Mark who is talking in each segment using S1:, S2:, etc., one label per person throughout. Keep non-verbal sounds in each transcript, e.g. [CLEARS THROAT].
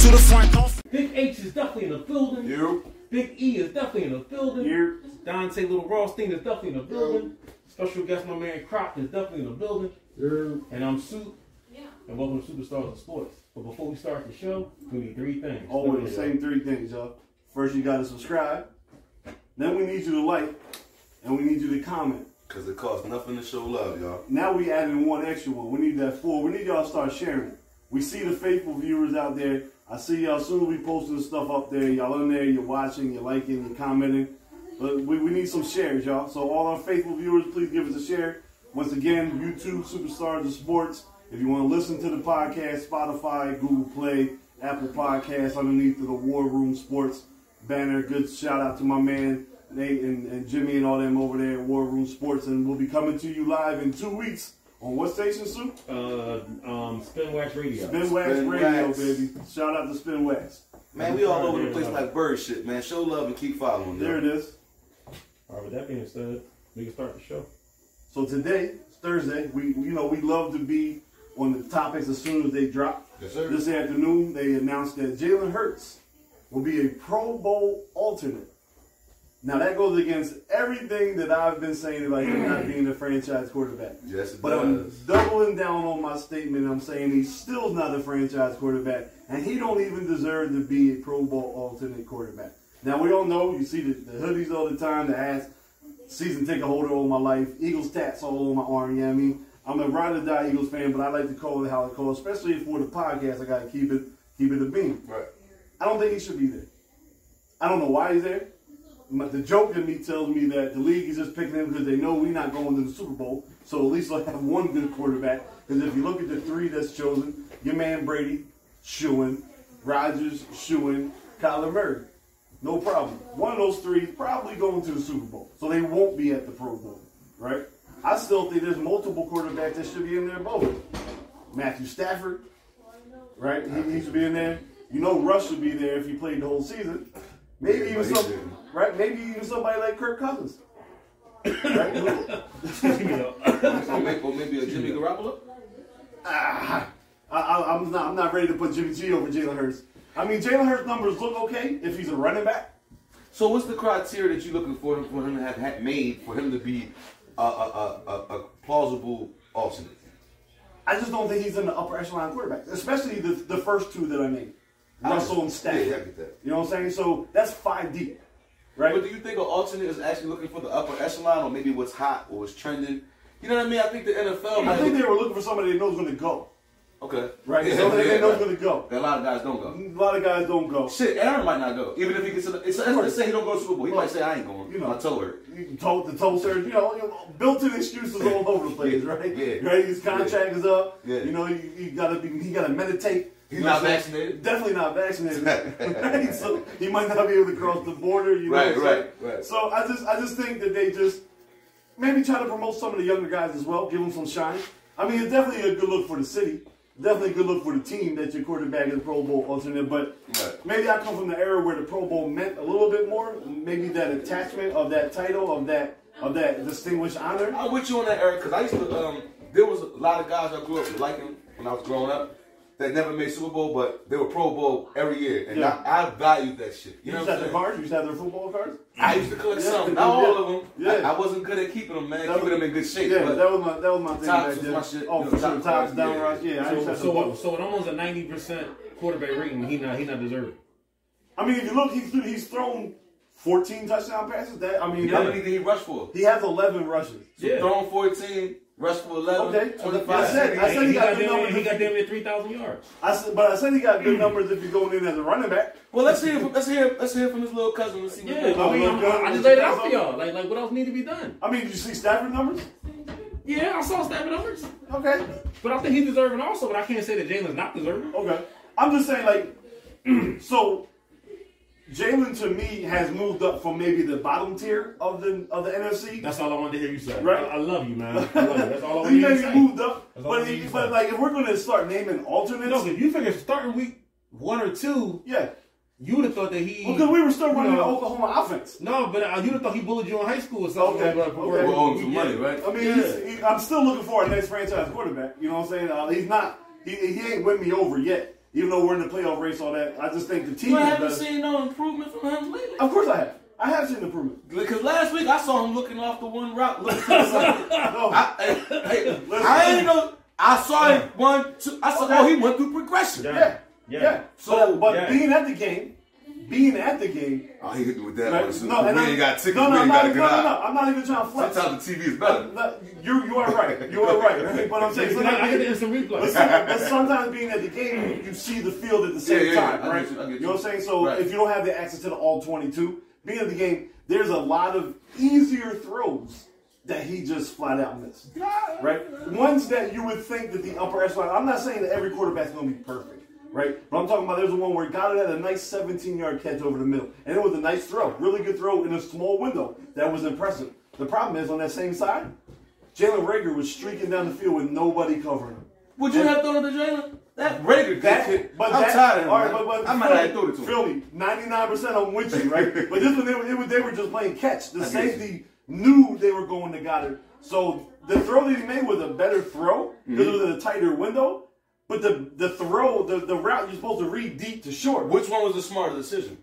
S1: through the front coffin.
S2: Big H is definitely in the building.
S3: You.
S2: Big E is definitely in the building.
S3: You.
S2: Dante Little Rothstein is definitely in the building. Special guest, my man Crop is definitely in the building. And I'm Soup.
S4: Yeah.
S2: And welcome to Superstars of Sports. But before we start the show, we need three things.
S3: Always the same three things, y'all. First, you gotta subscribe. Then we need you to like, and we need you to comment.
S5: Cause it costs nothing to show love, y'all.
S3: Now we adding one extra one. We need that four. We need y'all to start sharing. We see the faithful viewers out there. I see y'all soon. We posting stuff up there. Y'all in there. You're watching. You're liking. You're commenting. But we, we need some shares, y'all. So all our faithful viewers, please give us a share. Once again, YouTube Superstars of Sports. If you want to listen to the podcast, Spotify, Google Play, Apple Podcasts, underneath the War Room Sports banner. Good shout out to my man Nate and, and Jimmy and all them over there at War Room Sports. And we'll be coming to you live in two weeks on what station, Sue?
S2: Uh, um, Spinwax Radio.
S3: Spin Wax
S5: Spin
S3: Radio,
S5: Wax.
S3: baby. Shout out to Spin Wax.
S5: Man, we all over the place like bird shit, man. Show love and keep following.
S3: There it is.
S2: All right, with that being said, we can start the show.
S3: So today, it's Thursday, we you know we love to be on the topics as soon as they drop.
S5: Yes, sir.
S3: This afternoon, they announced that Jalen Hurts will be a Pro Bowl alternate. Now that goes against everything that I've been saying about him not being a franchise quarterback.
S5: Yes, it
S3: But I'm
S5: does.
S3: doubling down on my statement. I'm saying he's still not a franchise quarterback, and he don't even deserve to be a Pro Bowl alternate quarterback. Now we all know you see the, the hoodies all the time, the hats, season ticket holder all my life, Eagles tats all over my arm. You know what I mean? I'm a ride or die Eagles fan, but I like to call it how it calls, especially for the podcast. I gotta keep it keep it a beam.
S5: Right.
S3: I don't think he should be there. I don't know why he's there. My- The joke in me tells me that the league is just picking him because they know we're not going to the Super Bowl, so at least they'll have one good quarterback. Because if you look at the three that's chosen, your man Brady, Shewin, Rodgers, Shewin, Kyler Murray. No problem. One of those three is probably going to the Super Bowl, so they won't be at the Pro Bowl, right? I still think there's multiple quarterbacks that should be in there both. Matthew Stafford, right? He needs to be in there. You know, Russ should be there if he played the whole season. Maybe
S5: Yeah,
S3: even
S5: but he
S3: some,
S5: didn't.
S3: right? Maybe even somebody like Kirk Cousins. Right?
S5: Or maybe, or maybe a Jimmy Garoppolo.
S3: I, I, I'm not. I'm not ready to put Jimmy G over Jalen Hurts. I mean, Jalen Hurts' numbers look okay if he's a running back.
S5: So what's the criteria that you're looking for him for him to have, have made for him to be a, a, a, a, a plausible alternate?
S3: I just don't think he's in the upper echelon quarterback, especially the, the first two that I named,
S5: I
S3: Russell and
S5: understand.
S3: Stafford.
S5: Yeah, I get that.
S3: You know what I'm saying? So that's five deep, right?
S5: But do you think an alternate is actually looking for the upper echelon, or maybe what's hot or what's trending? You know what I mean? I think the NFL.
S3: I
S5: might
S3: think
S5: look-
S3: they were looking for somebody that knows when to go,
S5: okay.
S3: right?
S5: Yeah,
S3: somebody
S5: yeah,
S3: that knows
S5: right.
S3: when to go.
S5: A lot of guys don't go.
S3: A lot of guys don't go.
S5: Shit, Aaron might not go. Even if he gets, to the- it's, it's, let's say he don't go to Super Bowl, he might say I ain't going.
S3: You
S5: You
S3: know.
S5: know, my toe hurt.
S3: You can told the toe surgeon, you know, you know, built-in excuses all over the place, right?
S5: [LAUGHS] Yeah.
S3: Right. His contract is up.
S5: Yeah.
S3: You know, you, you gotta be, he gotta meditate.
S5: He's
S3: You know
S5: not
S3: what I'm saying?
S5: vaccinated?
S3: Definitely not vaccinated.
S5: [LAUGHS]
S3: right? So he might not be able to cross the border. You know what
S5: Right,
S3: I'm
S5: right,
S3: saying?
S5: right.
S3: So I just, I just think that they just maybe try to promote some of the younger guys as well, give them some shine. I mean, it's definitely a good look for the city. Definitely a good look for the team that your quarterback is a Pro Bowl alternate, but
S5: Right.
S3: Maybe I come from the era where the Pro Bowl meant a little bit more. Maybe that attachment of that title of that of that distinguished honor.
S5: I'm with you on that, Eric, because I used to. Um, there was a lot of guys I grew up with, like him when I was growing up, that never made Super Bowl, but they were Pro Bowl every year, and
S3: Yeah.
S5: I, I valued that shit.
S3: You
S5: You know
S3: used
S5: what
S3: to have their
S5: I'm saying?
S3: cards. You used to have their football cards.
S5: I used to collect
S3: Yeah.
S5: some, not all of them.
S3: [LAUGHS] Yeah.
S5: I, I wasn't good at keeping them, man.
S3: That
S5: keeping
S3: was-
S5: them in good shape.
S3: Yeah,
S5: but
S3: that was my that was my thing
S5: Tops
S3: back
S5: was
S3: then.
S5: my shit.
S3: Oh,
S5: You
S3: for
S5: know,
S3: sure,
S5: top
S3: tops
S5: cards,
S3: down
S5: yeah.
S3: right. Yeah, I used to
S2: So,
S3: have
S2: so,
S3: the
S2: what, so when I'm on a 90% quarterback rating, he not he not deserving.
S3: I mean, if you look, he's he's thrown 14 touchdown passes. That I mean,
S5: how many did he rush for?
S3: he has 11 rushes.
S2: Yeah.
S5: Thrown 14, rushed for 11,
S3: Okay, I
S2: I
S5: 25.
S2: said,
S3: I said he
S2: he
S3: got
S2: got,
S3: the
S2: damn near-
S3: numbers.
S2: he got damn near 3,000 yards.
S3: I said, but I said he got good numbers if you're going in as a running back.
S5: Well, let's hear, from, let's hear, let's hear from his little cousin. Let's see what
S2: Yeah,
S5: he-
S2: I mean, I'm, I I just laid it out for y'all. Like, like what else need to be done?
S3: I mean, did you see Stafford numbers?
S2: Yeah, I saw Stafford numbers,
S3: Okay,
S2: but I think he's deserving also. But I can't say that Jalen's not deserving.
S3: Okay. I'm just saying, like, [CLEARS THROAT] so Jalen to me has moved up from maybe the bottom tier of the of the NFC.
S2: That's all I wanted to hear you say.
S3: Right.
S2: I, I love you, man. I love you. That's all I wanted
S3: he
S2: to hear you
S3: maybe
S2: say.
S3: moved up,
S2: That's all
S3: but,
S2: I
S3: he,
S2: need to
S3: but
S2: say.
S3: like if we're gonna start naming alternates,
S2: No, if you figure starting week one or two,
S3: yeah,
S2: you would have thought that he.
S3: because we were still running
S2: No.
S3: the Oklahoma offense.
S2: No, but uh, you would have thought he bullied you in high school or something.
S3: Okay,
S2: But, but-
S3: okay.
S5: We're owing some money, right?
S3: I mean, he's, he, I'm still looking for our next franchise quarterback. You know what I'm saying? Uh, he's not. He, he ain't win me over yet. Even though we're in the playoff race, all that, I just think the team
S2: You
S3: is
S2: haven't
S3: better.
S2: seen no improvement from him lately.
S3: of course, I have. I have seen
S2: [LAUGHS]
S3: improvement.
S2: Because last week I saw him looking off the one route, looking to the
S3: [LAUGHS]
S2: side.
S3: No,
S2: I,
S5: [LAUGHS]
S2: I, I ain't know. I saw him one, two. I saw. Oh, he went through progression.
S3: yeah, yeah.
S2: Yeah.
S3: So,
S2: So,
S3: but
S2: yeah.
S3: being at the game, being at the game,
S5: All he could do with that
S3: Right?
S5: was
S3: No,
S5: when
S3: and
S5: you
S3: I'm-
S5: ain't got tickets,
S3: no,
S5: we
S3: no, I'm
S5: ain't
S3: not,
S5: got
S3: no,
S5: to get
S3: no, no,
S5: out.
S3: I'm not even trying to flex.
S5: Sometimes the TV is better.
S3: No, you, you are right. You are right.
S5: [LAUGHS]
S3: right? But I'm saying, sometimes,
S2: I get the instant replay.
S3: but some- but sometimes being at the game, you see the field at the same
S5: Yeah, yeah, yeah.
S3: time,
S5: I get
S3: right?
S5: you, I get
S3: know
S5: you.
S3: what I'm saying? So
S5: Right.
S3: if you don't have the access to the all 22, being at the game, there's a lot of easier throws that he just flat out missed, right? Ones that you would think that the upper echelon. I'm not saying that every quarterback's going to be perfect. Right, but I'm talking about there's one where Goddard had a nice 17 yard catch over the middle, and it was a nice throw, really good throw in a small window that was impressive. The problem is on that same side, Jalen Rager was streaking down the field with nobody covering him.
S2: Would you have thrown it to Jalen? That Rager
S3: That,
S2: kid.
S3: but
S5: I'm
S3: that,
S5: tired of him,
S3: all right,
S5: man.
S3: but, but
S5: I might
S3: Philly-
S5: not throw it to him.
S3: Philly, ninety-nine percent I'm with you,
S5: [LAUGHS]
S3: right? but this one, they were, it was, they were just playing catch. The
S5: I get you.
S3: safety knew they were going to Goddard, so the throw that he made was a better throw because it was
S5: Mm-hmm.
S3: in a tighter window. But the the throw, the, the route you're supposed to read deep to short.
S2: Which one was the smarter decision?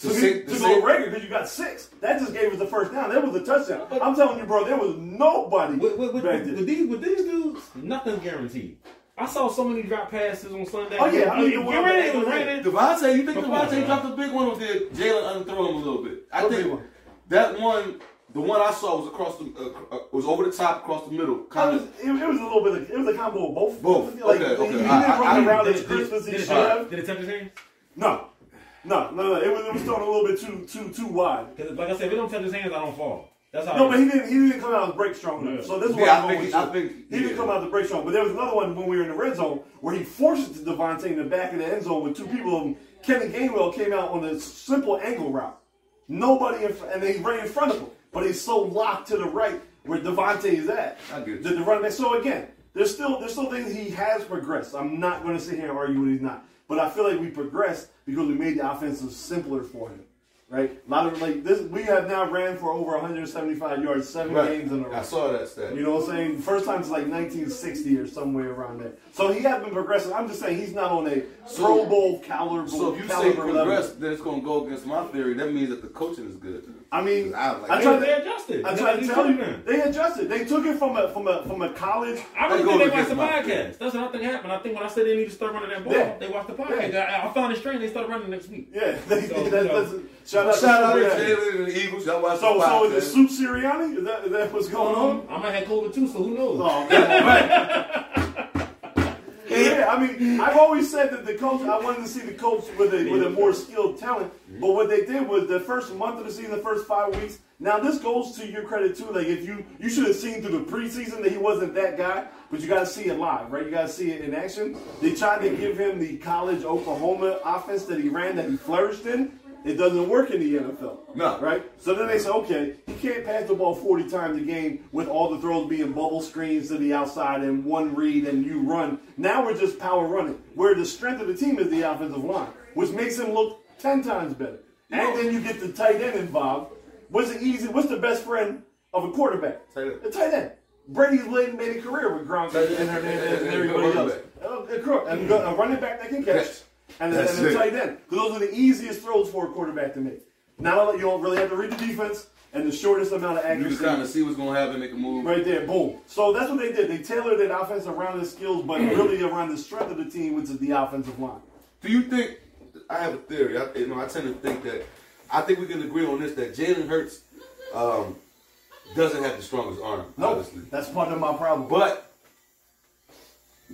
S3: to,
S5: To
S3: be,
S5: sit-
S3: to
S5: to
S3: go
S5: sit-
S3: record because you got six. That just gave us the first down. That was a touchdown. I'm telling you, bro, there was nobody
S2: With, with, with,
S3: back
S2: with,
S3: then.
S2: these with these dudes, nothing's guaranteed. I saw so many drop passes on Sunday.
S3: Oh, yeah, I know
S2: It
S3: you
S2: was
S3: went up
S2: raining,
S3: there.
S2: it was raining.
S5: Devontae, you think
S2: Come on,
S5: Devontae
S2: man.
S5: dropped a big one or did Jalen unthrow him a little bit? I
S3: What big
S5: think
S3: one?
S5: that one, the one I saw was across the, uh, uh, was over the top, across the middle,
S3: I
S5: kind
S3: was,
S5: of.
S3: it, it was a little bit. Of, it was a combo of both.
S5: Both.
S3: Like,
S5: Okay, okay.
S3: He didn't
S5: I- I- I
S3: run
S5: didn't-
S3: around
S2: Did-
S3: as
S2: did-
S3: Christmas
S2: did it-
S3: as he should have.
S2: Did it touch his hands?
S3: No, no, no, no. It was, it was thrown a little bit too, too, too wide.
S2: 'Cause like I said, if it don't touch his hands, I don't fall. That's how.
S3: No,
S2: it
S3: but
S2: is.
S3: he didn't. He didn't come out and break strong enough. So this is
S5: Yeah,
S3: what
S5: I
S3: I'm going
S5: think-
S3: with
S5: I
S3: you.
S5: think-
S3: he didn't
S5: yeah.
S3: come out the break strong. But there was another one when we were in the red zone where he forced it to Devontae in the back of the end zone with two people. And Kevin Gainwell came out on a simple angle route. Nobody in fr- and they ran in front of him, but he's so locked to the right where Devontae is at.
S5: I get you.
S3: The, the running back. So again, there's still there's still things he has progressed. I'm not going to sit here and argue what he's not, but I feel like we progressed because we made the offensive simpler for him. Right, a lot of like this. We have now ran for over 175 yards, seven
S5: Right.
S3: games in a row.
S5: I saw that stat.
S3: You know what I'm saying? First time it's like 1960 or somewhere around there. So he has been progressing. I'm just saying he's not on a Pro Bowl caliber.
S5: so if you say
S3: caliber
S5: progress,
S3: level.
S5: then it's going to go against my theory. That means that the coaching is good.
S3: I mean,
S5: I like
S3: I
S5: it.
S3: tried
S2: they
S3: to,
S2: adjusted.
S3: I
S2: They
S3: tried to
S2: just
S3: tell you,
S2: took them.
S3: they adjusted. They took it from a from a from a college.
S2: I
S5: They
S2: really
S5: go
S2: think they watched
S5: against
S2: the
S5: my-
S2: podcast. That's what I think happened. I think when I said they need to start running that ball,
S3: Yeah.
S2: they watched the podcast. I, I found his train. They started running next week.
S3: Yeah, [LAUGHS] they,
S2: So,
S3: that,
S2: you
S3: that's,
S2: know.
S3: shout out,
S5: Shout out to
S3: to
S5: Jalen and the Eagles. Y'all watch
S3: So
S5: the
S3: so is it
S5: podcast.
S3: Soup Sirianni? Is that is that what's going
S5: Uh-huh.
S3: on?
S2: I might have COVID too, so who knows?
S3: Uh-huh. Oh, come on, man. [LAUGHS] Yeah, I mean, I've always said that the coach. I wanted to see the coach with a with a more skilled talent. But what they did was the first month of the season, the first five weeks. Now this goes to your credit too. Like if you you should have seen through the preseason that he wasn't that guy, but you got to see it live, right? You got to see it in action. They tried to give him the college Oklahoma offense that he ran that he flourished in. It doesn't work in the NFL.
S5: No.
S3: right? So then they say, okay, he can't pass the ball 40 times a game with all the throws being bubble screens to the outside and one read and you run. Now we're just power running, where the strength of the team is the offensive line, which makes him look 10 times better. And then you get the tight end involved. What's the easy? What's the best friend of a quarterback?
S5: Tight end.
S3: The tight end. Brady's late made a career with Gronk
S5: Tight end.
S3: and Hernandez and
S5: And
S3: everybody
S5: running
S3: else.
S5: back.
S3: Uh, A, cro- and a a running back that can catch.
S5: Yes.
S3: And, a,
S5: That's
S3: and a
S5: it.
S3: tight end. Because those are the easiest throws for a quarterback to make. Now that you don't really have to read the defense and the shortest amount of
S5: You
S3: accuracy.
S5: just kind of see what's going to happen, make a move.
S3: Right there, boom. So that's what they did. They tailored that offense around his skills, but really around the strength of the team, which is the offensive line.
S5: Do you think? I have a theory. I, you know, I tend to think that. I think we can agree on this that Jalen Hurts um, doesn't have the strongest arm,
S3: No,
S5: obviously.
S3: that's part of my problem.
S5: But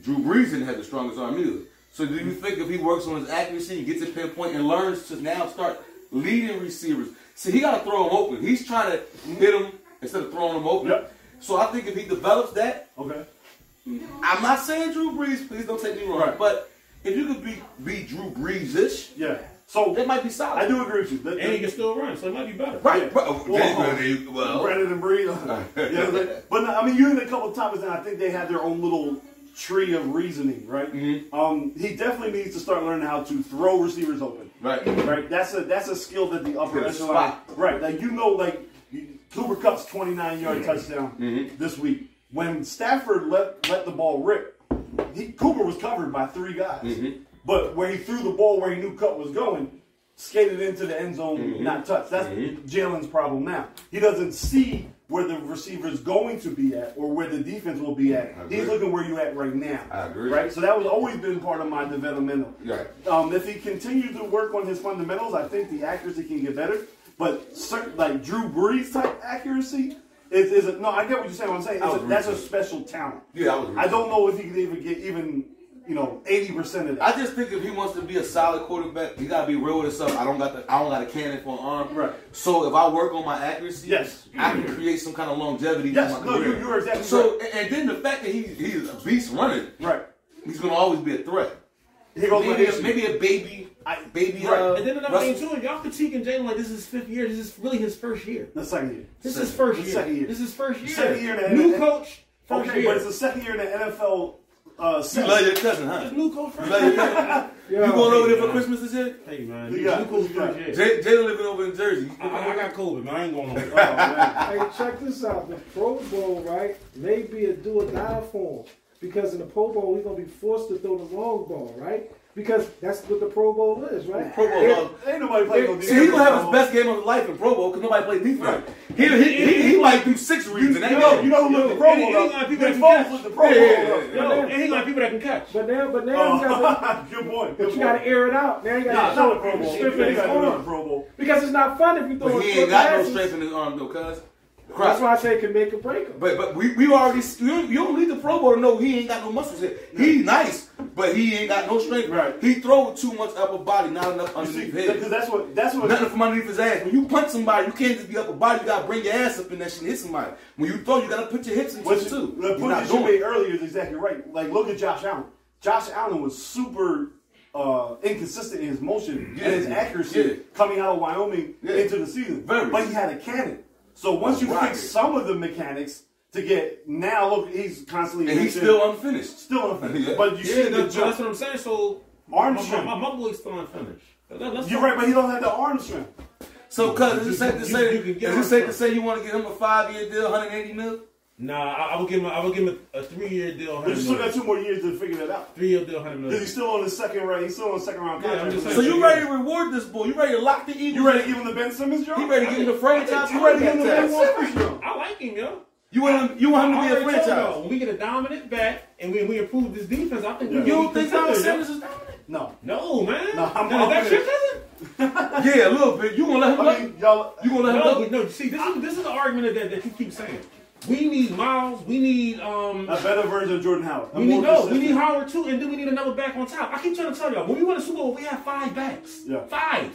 S5: Drew Brees didn't have the strongest arm either. So do you think if he works on his accuracy, he gets a pinpoint and learns to now start leading receivers? See, he got to throw him open. He's trying to hit him instead of throwing him open.
S3: Yep.
S5: So I think if he develops that,
S3: okay.
S5: I'm not saying Drew Brees. Please don't take me wrong.
S3: Right.
S5: But if you could be be Drew Brees ish,
S3: Yeah. So
S5: that might be solid.
S3: I do agree with you. The-
S2: And he
S3: the-
S2: can still run, so it might be better.
S5: Right.
S3: Yeah.
S5: right. Oh,
S3: Whoa.
S5: there you- well,
S3: Brandon and
S5: [LAUGHS]
S3: Breed. yeah, but, but no, I mean, you hit a couple topics, and I think they have their own little tree of reasoning, right?
S5: Mm-hmm.
S3: Um, he definitely needs to start learning how to throw receivers open.
S5: right.
S3: Right, that's a that's a skill that the upper
S5: Good
S3: echelon.
S5: spot.
S3: Right, like you know, like you- Cooper Cup's
S5: Mm-hmm.
S3: twenty nine yard touchdown this week. When Stafford let let the ball rip, he, Cooper was covered by three guys.
S5: Mm-hmm.
S3: But where he threw the ball where he knew Cut was going, skated into the end zone,
S5: Mm-hmm.
S3: not touched. That's Jalen's problem now. He doesn't see where the receiver is going to be at or where the defense will be at. He's
S5: agree.
S3: looking where you at right now.
S5: I agree.
S3: Right? So that was always been part of my developmental.
S5: Right.
S3: Um, if he continues to work on his fundamentals, I think the accuracy can get better. But certain, like Drew Brees type accuracy is, is a, no. I get what you're saying. What I'm saying
S5: I
S3: it's a,
S5: was
S3: that's a
S5: reaching.
S3: special talent.
S5: Yeah, I was
S3: I don't know if he could even get even you know 80 percent of that.
S5: I just think if he wants to be a solid quarterback, he gotta be real with himself. I don't got the, I don't got a cannon for an arm.
S3: Right.
S5: So if I work on my accuracy,
S3: Yes.
S5: I can create some kind of longevity.
S3: Yes,
S5: in my
S3: no,
S5: career.
S3: you- you're exactly
S5: So and, and then the fact that he he's a beast running,
S3: right.
S5: he's gonna always be a threat.
S3: Here goes my
S5: Maybe a,
S3: issue.
S5: maybe a baby,
S3: I-
S5: baby.
S3: right.
S5: Uh,
S2: And then another
S5: Russell-
S2: thing too, y'all critiquing Jalen like this is his fifth year. This is really his first year.
S3: the second year.
S2: This is first
S3: It's
S2: year.
S3: second year.
S2: This is first year.
S3: Second year in the
S2: New
S3: NFL.
S2: coach. First
S3: okay,
S2: year.
S3: but it's the second year in the NFL. Uh,
S5: Oh, You
S3: season.
S5: love your cousin, huh?
S2: new coach first
S5: You love your
S2: year.
S5: cousin. You going over there for Christmas this year?
S2: Hey man,
S3: You
S2: new
S3: got-
S2: coach
S3: you got-
S2: first year.
S5: Jay, Jay living over in Jersey.
S2: I, I I got COVID, man. I ain't going
S3: Oh,
S2: nowhere. Uh,
S3: man.
S1: Hey, check this out. The Pro Bowl, right, may be a do or die for him. Because in the Pro Bowl, he's going to be forced to throw the long ball, right? Because that's what the Pro Bowl is, right?
S5: Pro Bowl.
S1: It-
S5: uh,
S3: Ain't nobody playing no
S5: See, he's
S3: defense.
S5: gonna have his best game of his life in Pro Bowl because nobody played defense. He, he, he, he might do six reads and that
S3: You know,
S5: go.
S3: you know who looked the Pro
S2: Any-
S3: Bowl
S2: any
S3: up?
S2: line people
S3: Nick
S2: can
S3: Foles
S2: catch.
S3: looked the Pro
S5: Yeah, yeah,
S3: Bowl up.
S5: yeah,
S2: Yo, and he got people that can catch.
S1: But now, but now you got to,
S3: Oh, Good boy.
S1: [LAUGHS] but
S3: good
S1: you got
S3: boy.
S1: to air it out. Now you got
S3: Nah,
S1: to
S3: show the
S1: show it
S3: Pro
S1: from
S3: Bowl.
S1: strength
S3: You
S1: in his
S3: gotta do it in
S1: arm.
S3: Pro Bowl.
S1: Because it's not fun if you throw
S5: But he
S1: short
S5: ain't got no
S1: passes.
S5: strength in his arm though, cuz.
S1: That's why
S5: Crap.
S1: I say it can make or break him.
S5: But but we, we already you don't, you don't need the Pro Bowl to know he ain't got no muscles here. He nice, but he ain't got no strength.
S3: Right.
S5: He throw too much upper body, not enough
S3: You see,
S5: underneath
S3: because
S5: head.
S3: that's what that's what
S5: Nothing from underneath his ass. When you punch somebody, you can't just be upper body. You gotta bring your ass up in that shit and hit somebody. When you throw, you gotta put your hips into
S3: What
S5: it
S3: you,
S5: too.
S3: the
S5: You're
S3: point
S5: not
S3: that you
S5: doing.
S3: made
S5: it.
S3: earlier is exactly right. Like, look at Josh Allen. Josh Allen was super uh, inconsistent in his motion
S5: Yeah.
S3: and his accuracy
S5: Yeah.
S3: coming out of Wyoming
S5: Yeah.
S3: into the season.
S5: Very.
S3: But he had a cannon. So once you
S5: Right.
S3: fix some of the mechanics to get now, look, he's constantly
S5: And he's
S3: mixing-
S5: still unfinished.
S3: still unfinished.
S5: Yeah.
S3: But you
S2: Yeah,
S3: see
S2: that-
S3: the
S2: that's what
S3: jump.
S2: I'm saying. So
S3: Arm
S2: my, my,
S3: strength.
S2: my, my boy's still unfinished. Let- let's
S3: You're
S2: talk-
S3: right, but he don't have the arm strength.
S5: So, cuz, is it safe to
S2: You-
S5: say,
S2: you can get
S5: is
S2: him
S5: it safe
S2: for-
S5: to say you want to give him a five year deal, 180 mil?
S2: Nah, I, I would give him. A, I would give him a, a three-year deal. 100
S3: But you still got
S2: million.
S3: two more years to figure that out.
S2: Three-year deal, hundred
S3: Because
S2: million.
S3: he's still on his second round. He's still on second round
S2: Yeah, I'm
S3: contract.
S2: just saying.
S5: So, you ready to reward this boy? You ready to lock the
S3: you
S5: Eagles?
S3: ready to give him the Ben Simmons job?
S5: You ready to give him the franchise?
S3: You
S5: You ready to give him the
S3: Ben
S5: franchise?
S3: Simmons job?
S2: I like him, yo.
S5: You want him, you want him to be a
S2: already told y'all,
S5: franchise?
S2: When we get a dominant back and we, we improve this defense, I think we can
S3: Yeah.
S5: You
S2: be
S5: don't think Tom
S2: contenders, yo.
S5: Simmons is dominant?
S3: No.
S2: No, man.
S3: No, I'm-
S2: Now, is
S3: I'm
S2: that your
S3: gonna-
S2: cousin?
S5: Yeah, a little bit. You gonna let him
S3: I
S5: go?
S3: mean, y'all.
S5: You gonna let him
S2: No,
S5: go?
S2: but no. See, this is this is the argument that, that you keep saying. We need Miles. We need um.
S3: A better version of Jordan Howard. A
S2: we need
S3: more
S2: no. We
S3: consistent-
S2: need Howard too, and then we need another back on top. I keep trying to tell y'all when we won the Super Bowl, we had five backs.
S3: Yeah.
S2: Five.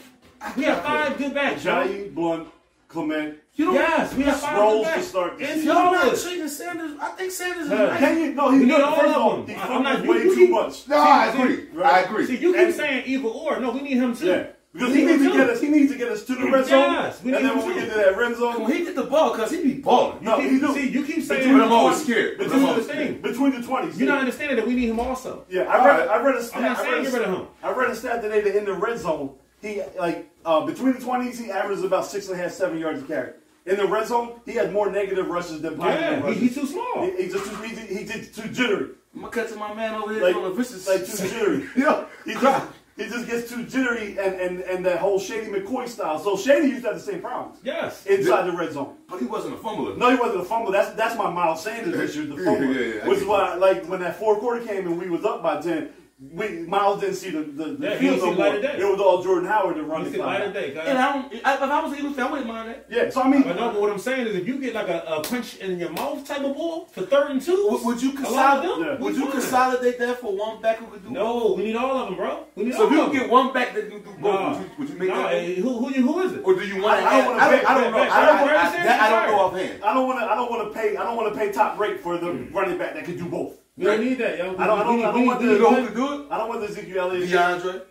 S2: We had five good backs. yo.
S3: Jai Blunt, Clement.
S5: You don't.
S2: Yes, we have five
S3: Sproles
S2: good
S3: to
S2: backs.
S3: start the
S2: And
S3: season.
S5: Y'all not
S2: Thomas.
S5: treating Sanders. I think Sanders is
S2: Huh.
S5: nice.
S3: Can you? No, he,
S2: We need
S3: first
S2: all
S3: of
S2: of
S3: all,
S2: them. I-
S3: he
S2: I'm
S3: fucking
S2: not- you-
S3: way
S2: you
S3: too
S2: keep-
S3: much.
S5: No, I agree. I
S2: See,
S5: agree.
S2: you keep
S3: And-
S2: saying either or. No, we need him too.
S3: Yeah. Because he
S2: We
S3: needs
S2: need
S3: to
S2: him
S3: get
S2: too.
S3: us. He needs to get us to the red zone.
S2: Yes, we
S3: and
S2: need
S3: then
S2: him
S3: when we
S2: too.
S3: get to that red zone,
S5: When he get the ball, cause he be balling.
S3: no,
S2: keep-
S3: he do.
S2: see, you keep saying-
S3: between
S5: But I'm always
S3: 20
S5: scared. But
S3: Between
S5: I'm
S3: the
S5: always
S2: scared.
S3: between the twenties.
S2: You're not understanding that we need him also.
S3: Yeah, I read. I read a stat.
S2: I'm not
S3: I read
S2: saying
S3: a
S2: get
S3: stat-
S2: rid of him.
S3: I read a stat today that in the red zone, he like uh, between the twenties, he averages about six and a half, seven yards a carry. In the red zone, he had more negative rushes than positive
S2: Yeah,
S3: rushes.
S2: he, he's too small.
S3: He, he just he, did- he did too jittery,
S5: I'm gonna cut to my man over here
S3: like,
S5: on the vicious.
S3: like too
S2: [LAUGHS]
S3: jittery.
S5: yeah,
S3: He just,
S5: crap.
S3: he just gets too jittery and, and, and that whole Shady McCoy style. So Shady used to have the same problems
S2: Yes.
S3: inside the red zone.
S5: But he wasn't a fumbler.
S3: No, he wasn't a fumble. That's that's my Miles Sanders issue, the
S5: Yeah,
S3: fumble.
S5: yeah, yeah, I
S3: which is
S5: get
S3: why, like, when that fourth quarter came and we was up by ten, we Miles didn't see the the, the
S2: Yeah, he didn't
S3: field no
S2: see light
S3: more.
S2: of day.
S3: It was all Jordan Howard to run
S2: You
S3: the
S2: see, light of
S3: clock.
S2: day, guys.
S5: And I don't. I, if I was an Eagles fan, I wouldn't mind that.
S3: Yeah, so I mean,
S2: But no, but what I'm saying is, if you get like a, a punch in your mouth type of ball for third and two,
S5: Would, would you
S2: allow them?
S5: consolidate?
S3: Yeah.
S5: Would
S2: we
S5: you
S2: fine.
S5: consolidate that for one back who could do? both?
S2: No, we need all of them, bro. We need
S5: So
S2: all
S5: if you
S2: of
S5: could
S2: them.
S5: get one back that can do both,
S2: Nah.
S5: would, you, would you make
S2: Nah,
S5: that?
S2: eh, who, who, you- who is it?
S5: Or do you want?
S3: I- I don't
S5: to add-
S3: wanna
S5: I don't,
S3: pick-
S5: I don't know.
S2: pick-
S5: I,
S2: pick-
S5: don't- I-
S2: pick-
S5: that I don't
S2: pick-
S5: know offhand.
S3: I don't want to. I don't want to pay. I don't want to pay top rate for the running back that could do both.
S2: We don't need that, yo.
S3: I don't- I don't-
S2: We-
S3: I don't
S2: we-
S3: want
S2: we-
S5: You
S3: the-
S5: know who could do it?
S3: I don't want the Ezekiel Elliott.
S5: DeAndre.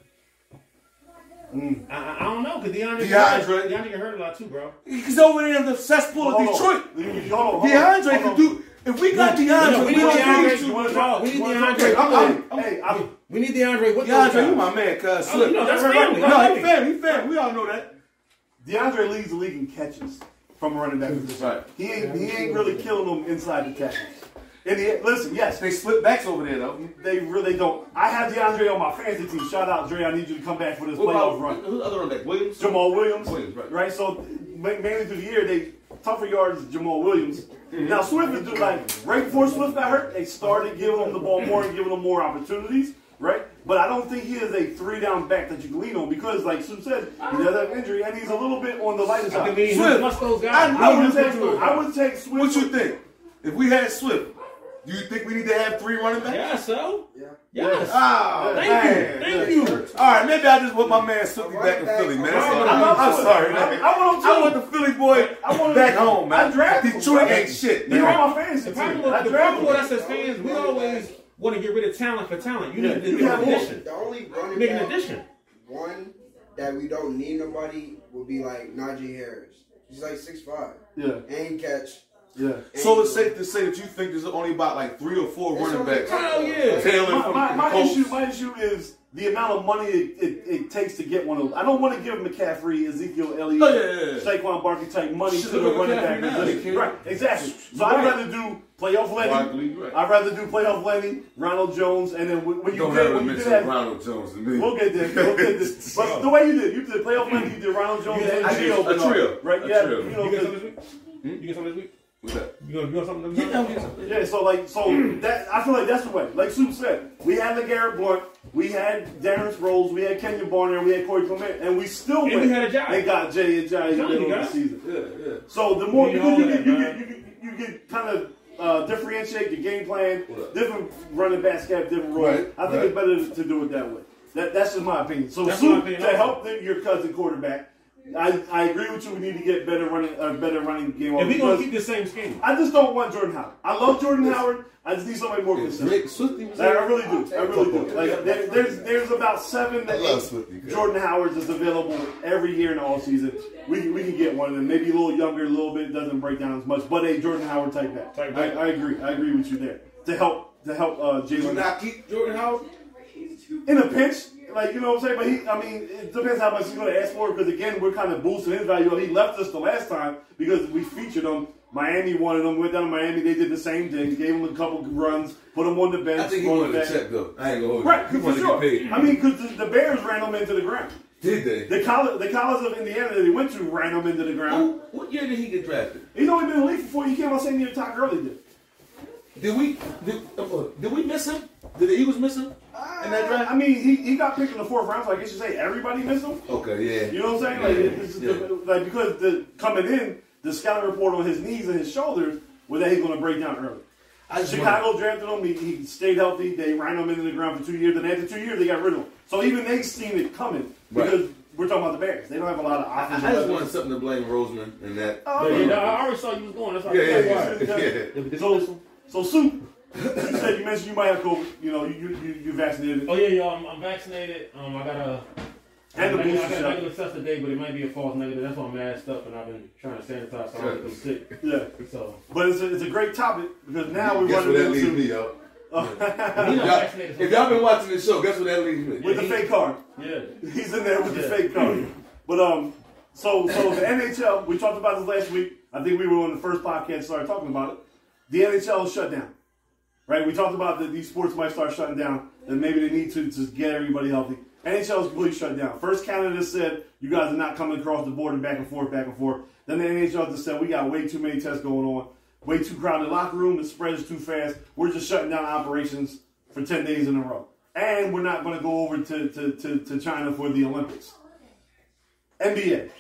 S2: I, I- I don't know, because DeAndre, DeAndre
S5: DeAndre.
S2: get hurt a lot too, bro.
S5: He's over there in the cesspool of
S3: Hold on.
S5: Detroit.
S3: You- you- Hold on, hold on,
S5: DeAndre
S3: hold on.
S5: could do. If we got DeAndre,
S2: we
S5: we
S2: need
S5: don't
S2: DeAndre.
S5: need
S2: You
S5: you.
S2: wanna talk? We need DeAndre.
S3: I'm- I'm-
S5: I'm-
S3: Hey, I'm.
S2: We need DeAndre. What
S5: DeAndre, you my man, cuz.
S2: Oh, you know, that's family.
S5: No,
S2: That's
S5: he
S2: family.
S5: family. He family. We all know that.
S3: DeAndre leads the league in catches from a running back position.
S5: Right.
S3: He ain't he ain't really killing them inside the tackles. And the, listen, yes,
S5: They split backs over there though.
S3: they really don't. I have DeAndre on my fantasy team. Shout out, Dre. I need you to come back for this
S5: What
S3: playoff
S5: about
S3: run.
S5: who's the other running back? Williams.
S3: Jamal Williams,
S5: Williams,
S3: right.
S5: right.
S3: So ma- mainly through the year, they tougher yards is Jamal Williams.
S5: Mm-hmm.
S3: Now Swift is just like right before Swift got hurt, they started giving him the ball more and giving him more opportunities, right? But I don't think he is a three down back that you can lean on because, like Sue said, he does have injury and he's a little bit on the lighter
S2: I
S3: side.
S2: mean, he's
S5: Swift.
S2: much those guys.
S3: I, I would
S5: I would
S3: take,
S5: do it.
S3: I would take Swift.
S5: What you think? If we had Swift, do you think we need to have three running backs?
S2: Yeah, so.
S4: Yeah.
S2: Yes.
S5: Oh,
S3: Thank
S5: man.
S2: Thank you.
S5: All right, maybe I just want my man Swifty back in
S4: Running back,
S5: Philly, man.
S4: a
S5: That's all
S3: I
S5: I
S3: love
S5: am
S3: Swift.
S5: sorry,
S3: I,
S5: man.
S3: I want him too.
S5: I want the Philly boy
S3: I want him
S5: back
S3: to-
S5: home, man.
S3: I drafted him,
S5: Detroit
S3: bro.
S5: ain't shit,
S3: He on
S5: man.
S3: my fantasy
S2: The
S3: team.
S2: problem,
S3: I
S2: with- the
S3: drafted
S2: problem
S3: him.
S2: with us as fans, we always want to get rid of talent for talent. You need to
S3: you
S2: make an
S3: have more.
S2: addition.
S4: The only running
S2: Make an
S4: back-
S2: addition.
S4: one that we don't need nobody would be like Najee Harris. He's like six five.
S3: Yeah.
S4: And he catch.
S3: Yeah.
S5: So it's safe to say that you think there's only about like three or four
S4: It's
S5: running
S4: only-
S5: backs.
S2: Hell yeah.
S5: Taylor
S3: my,
S5: from
S3: my,
S5: the
S3: my
S5: Colts.
S3: issue, my issue is the amount of money it, it, it takes to get one of. I don't want to give McCaffrey, Ezekiel Elliott,
S5: Oh, yeah, yeah, yeah.
S3: Saquon Barkley type money
S5: Shit,
S3: to the
S5: look at
S3: running
S5: McCaffrey
S3: back
S5: now, they
S3: position.
S5: can't-
S3: Right, exactly. So I'd
S5: Right.
S3: rather do playoff Lenny.
S5: Barkley, right.
S3: I'd rather do playoff Lenny, Ronald Jones, and then when, when you
S5: Don't
S3: did,
S5: ever
S3: when you did
S5: mention
S3: that,
S5: Ronald Jones to me.
S3: we'll get there. We'll get
S5: [LAUGHS]
S3: this. But the way you did, you did playoff Lenny, you did Ronald Jones, and
S5: I did
S3: Gio
S5: a
S3: Bernard,
S5: trio.
S3: right?
S5: A
S3: yeah,
S5: trio.
S3: you
S2: You
S3: know,
S2: get
S3: 'cause-
S2: something this week? Hmm? You get something this week?
S5: What's that?
S2: You gonna do something?
S5: Yeah, I'll get something.
S3: Yeah, so like, so
S2: [CLEARS THROAT]
S3: that I feel like that's the way. Like Sue said, we had LeGarrette Blunt, we had Darren Rose, we had Kenya Barner, we had Corey Clement, and we still
S2: And we
S3: went
S2: had a Jai.
S3: and got Jay and Jai in the
S2: Johnny
S3: middle of the
S2: got it.
S3: season.
S5: Yeah, yeah.
S3: So the more
S2: We
S3: you,
S2: all
S3: you,
S2: that,
S3: get, you,
S2: man.
S3: get, you, get, you get kind of uh, differentiate your game plan,
S5: What up?
S3: different running backs have different roles.
S5: Right,
S3: I think
S5: right.
S3: it's better to do it that way. That, that's just my opinion. So
S2: That's
S3: Sue,
S2: my opinion
S3: to
S2: also.
S3: help the, your cousin quarterback, I, I agree with you. We need to get better running, uh, better running game.
S2: If we gonna
S3: because-
S2: keep the same scheme,
S3: I just don't want Jordan Howard. I love Jordan Howard. I just need somebody more consistent.
S5: Drake Swifty was
S3: Like,
S5: there.
S3: I really do. I really do. Like there, there's there's about seven to
S5: I love Swiftie,
S3: eight
S5: man.
S3: Jordan Howards is available every year in the offseason. We can- we can get one of them. Maybe a little younger, a little bit doesn't break down as much, but a Jordan Howard type back.
S2: Type
S3: I,
S2: back.
S3: I agree. I agree with you there. To help to help uh,
S5: Do
S3: Jalen
S5: not keep Jordan Howard.
S3: in a pinch. Like you know what I'm saying, but he, I mean, it depends how much he's going to ask for. Because again, we're kind of boosting his value. He left us the last time because we featured him. Miami wanted him. Went down to Miami. They did the same thing. Gave him a couple runs. Put him on the bench.
S5: I think he
S3: brought him
S5: wanted
S3: back.
S5: to check though. I ain't gonna hold you.
S3: Right,
S5: He
S3: for
S5: wanted
S3: sure.
S5: to get paid.
S3: I mean, because the, the Bears ran him into the ground.
S5: Did they?
S3: The college, the college of Indiana that he went to ran him into the ground.
S5: Who, what year did he get drafted?
S3: He's only been in the league for four. He came out same year Todd Gurley did.
S5: Did we did, uh, did we miss him? Did the Eagles miss him? In that draft?
S3: I mean, he, he got picked in the fourth round. So I guess you say everybody missed him.
S5: Okay, yeah.
S3: You know what I'm saying? Like,
S5: Yeah,
S3: it's just
S5: yeah.
S3: like because the coming in, the scouting report on his knees and his shoulders was that he's going to break down early.
S5: I just
S3: Chicago drafted him. He, he stayed healthy. They ran him into the ground for two years. And after two years, they got rid of him. So even they seen it coming
S5: Right.
S3: because we're talking about the Bears. They don't have a lot of
S5: wanted,
S3: offensive.
S5: I just wanted
S3: weapons.
S5: something to blame Roseman and that.
S3: Oh,
S2: Yeah, yeah, I already saw you was going. That's why.
S5: yeah,
S2: I
S5: yeah, [LAUGHS] yeah, yeah.
S3: So, so Sue, you said you mentioned you might have COVID. You know, you you, you, you vaccinated.
S2: Oh yeah, y'all. I'm, I'm vaccinated. Um, I got a.
S3: And
S2: [LAUGHS]
S3: the
S2: I got
S3: booster
S2: a
S3: shot.
S2: negative test today, but it might be a false negative. That's why I'm masked up, and I've been trying to sanitize so I don't get sick.
S3: Yeah. [LAUGHS]
S2: So
S3: But it's a, it's a great topic because now we're
S5: Guess where that
S3: running
S5: leaves
S3: into
S5: me, yo.
S2: he not
S5: Y'all-
S2: vaccinated. so-
S5: if y'all been watching this show, guess where that leaves me?
S3: with the fake card.
S2: yeah,
S3: He's in there with the
S2: Yeah.
S3: fake card. But um, so so the NHL. We talked about this last week. I think we were on the first podcast started talking about it. The NHL is shut down, right? We talked about that these sports might start shutting down, and maybe they need to just get everybody healthy. NHL is completely shut down. First, Canada said you guys are not coming across the border back and forth, back and forth. Then the NHL just said we got way too many tests going on, way too crowded locker room. It spreads too fast. We're just shutting down operations for ten days in a row, and we're not going to go over to, to, to, to China for the Olympics. NBA,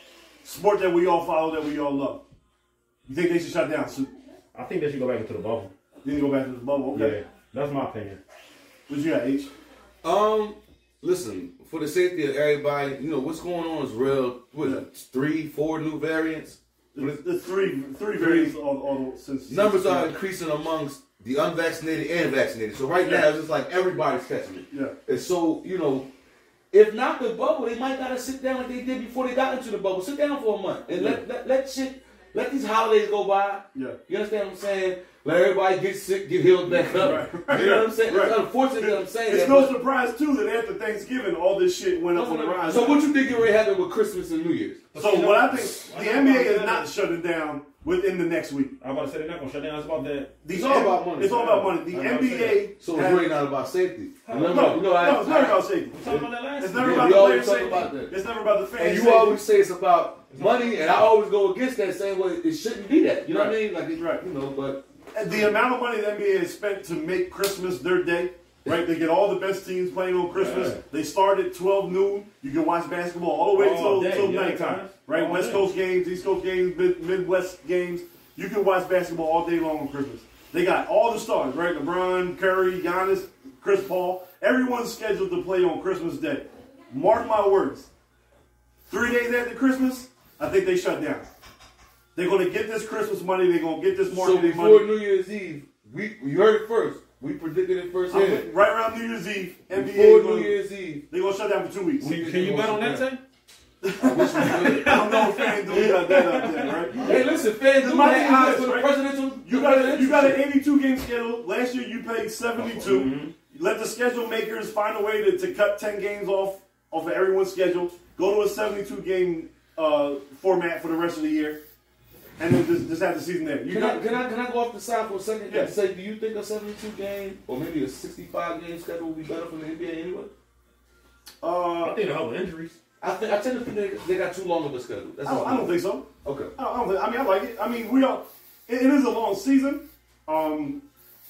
S3: sport that we all follow, that we all love. You think they should shut down? So,
S2: I think they should go back into the bubble.
S3: then you go back to the bubble.
S2: Yeah,
S3: Okay.
S2: that's my opinion.
S3: What you got, H?
S5: Um, listen, for the safety of everybody, you know what's going on is real. What is it, three, four new variants? What is-
S3: The three, three variants all, all since
S5: Numbers
S3: since-
S5: are increasing amongst the unvaccinated and vaccinated. So right now it's just like everybody's catching it.
S3: Yeah.
S5: And so you know, if not the bubble, they might gotta sit down like they did before they got into the bubble. Sit down for a month and let let, let shit, let these holidays go by.
S3: Yeah.
S5: You understand what I'm saying? Let everybody get sick, get healed back up.
S3: Right.
S5: You know what I'm saying? It's
S3: Right.
S5: unfortunate that I'm saying
S3: It's
S5: that.
S3: no
S5: but-
S3: surprise too that after Thanksgiving, all this shit went up on the rise.
S5: so what you think already happened with Christmas and New Year's?
S3: So what I think the NBA is not shutting down within the next week.
S2: I'm about to say they're not gonna shut down. It's about that.
S3: The
S2: It's all about money.
S3: It's all about money. The
S2: I'm about to say
S3: NBA.
S5: So it's
S3: has-
S5: really not about safety. Remember,
S3: no,
S5: you
S3: no,
S5: know, I-
S3: it's not about safety.
S2: Talking about that last
S3: It's
S2: year.
S3: never
S5: Yeah,
S3: about
S5: we
S3: the
S5: always
S3: player
S5: talk
S3: safety.
S5: about that.
S3: It's never about the fans.
S5: And you
S3: safety.
S5: always say it's about money, and I always go against that same way. It shouldn't be that. You know what I mean? Like, it,
S3: Right.
S5: you know, but
S3: the amount of money the NBA has spent to make Christmas their day, right? They get all the best teams playing on Christmas.
S2: Right.
S3: They start at 12 noon. You can watch basketball all the way
S2: All
S3: till,
S2: day,
S3: till
S2: yeah,
S3: nighttime,
S2: guys.
S3: right?
S2: All
S3: West
S2: day.
S3: Coast games, East Coast games, Mid- Midwest games. You can watch basketball all day long on Christmas. They got all the stars, right? LeBron, Curry, Giannis, Chris Paul. Everyone's scheduled to play on Christmas Day. Mark my words. Three days after Christmas, I think they shut down. They're going to get this Christmas money. They're going to get this
S5: so
S3: marketing
S5: before
S3: money.
S5: New Year's Eve, we you heard it first. We predicted it first.
S3: I'm-
S5: hand.
S3: Right around New Year's Eve, NBA is
S5: Before New
S3: gonna,
S5: Year's Eve,
S3: they gonna shut down for two weeks.
S5: We-
S2: Can you bet on that thing?
S5: I wish we could.
S3: I don't know [LAUGHS] if fans do got that out there, [LAUGHS] right?
S5: hey, listen, fans,
S3: This
S5: do
S3: might
S5: have
S3: be
S5: eyes
S3: this,
S5: for the
S3: right?
S5: presidential.
S3: You
S5: the
S3: got a, you
S5: presidential
S3: got an
S5: shit.
S3: 82 game schedule. Last year you played 72. Let the schedule makers find a way to, to cut 10 games off off of everyone's schedule. Go to a 72 game uh, format for the rest of the year, and then just, just have the season there. You
S5: Can I,
S3: got,
S5: can, I, can I go off the side for a second
S3: Yeah.
S5: and say, do you think a 72 game or maybe a 65 game schedule would be better for the NBA anyway?
S3: uh,
S2: I think the whole injuries.
S5: I, think I tend to think they, they got too long of a schedule. That's
S3: I don't,
S5: all.
S3: I don't think so.
S5: Okay.
S3: I, don't think, I mean, I like it. I mean, we all. It, it is a long season. Um,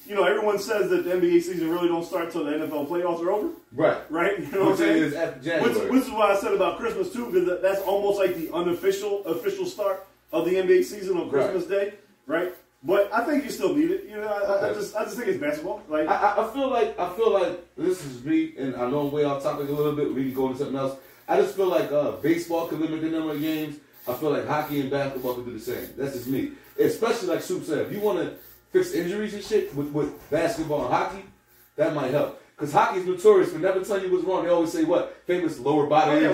S3: you know, everyone says that the NBA season really don't start till the NFL playoffs are over,
S5: Right.
S3: right? [LAUGHS] You know what I'm
S5: Which
S3: saying?
S5: is after
S3: Which,
S5: January.
S3: which is what I said about Christmas too, because that's almost like the unofficial official start of the NBA season on
S5: Right.
S3: Christmas Day, right? But I think you still need it. You know, I, I- I
S5: Okay.
S3: just I just think it's basketball. Like
S5: I- I, I feel like I feel like this is me, and I know I'm way off topic a little bit. We can go into something else. I just feel like uh, baseball could limit the number of games. I feel like hockey and basketball could do the same. That's just me. Especially like Soup said, if you want to fix injuries and shit with, with basketball and hockey, that might help. Because hockey's notorious for never telling you what's wrong. They always say what famous lower
S3: Oh,
S5: body
S3: yeah,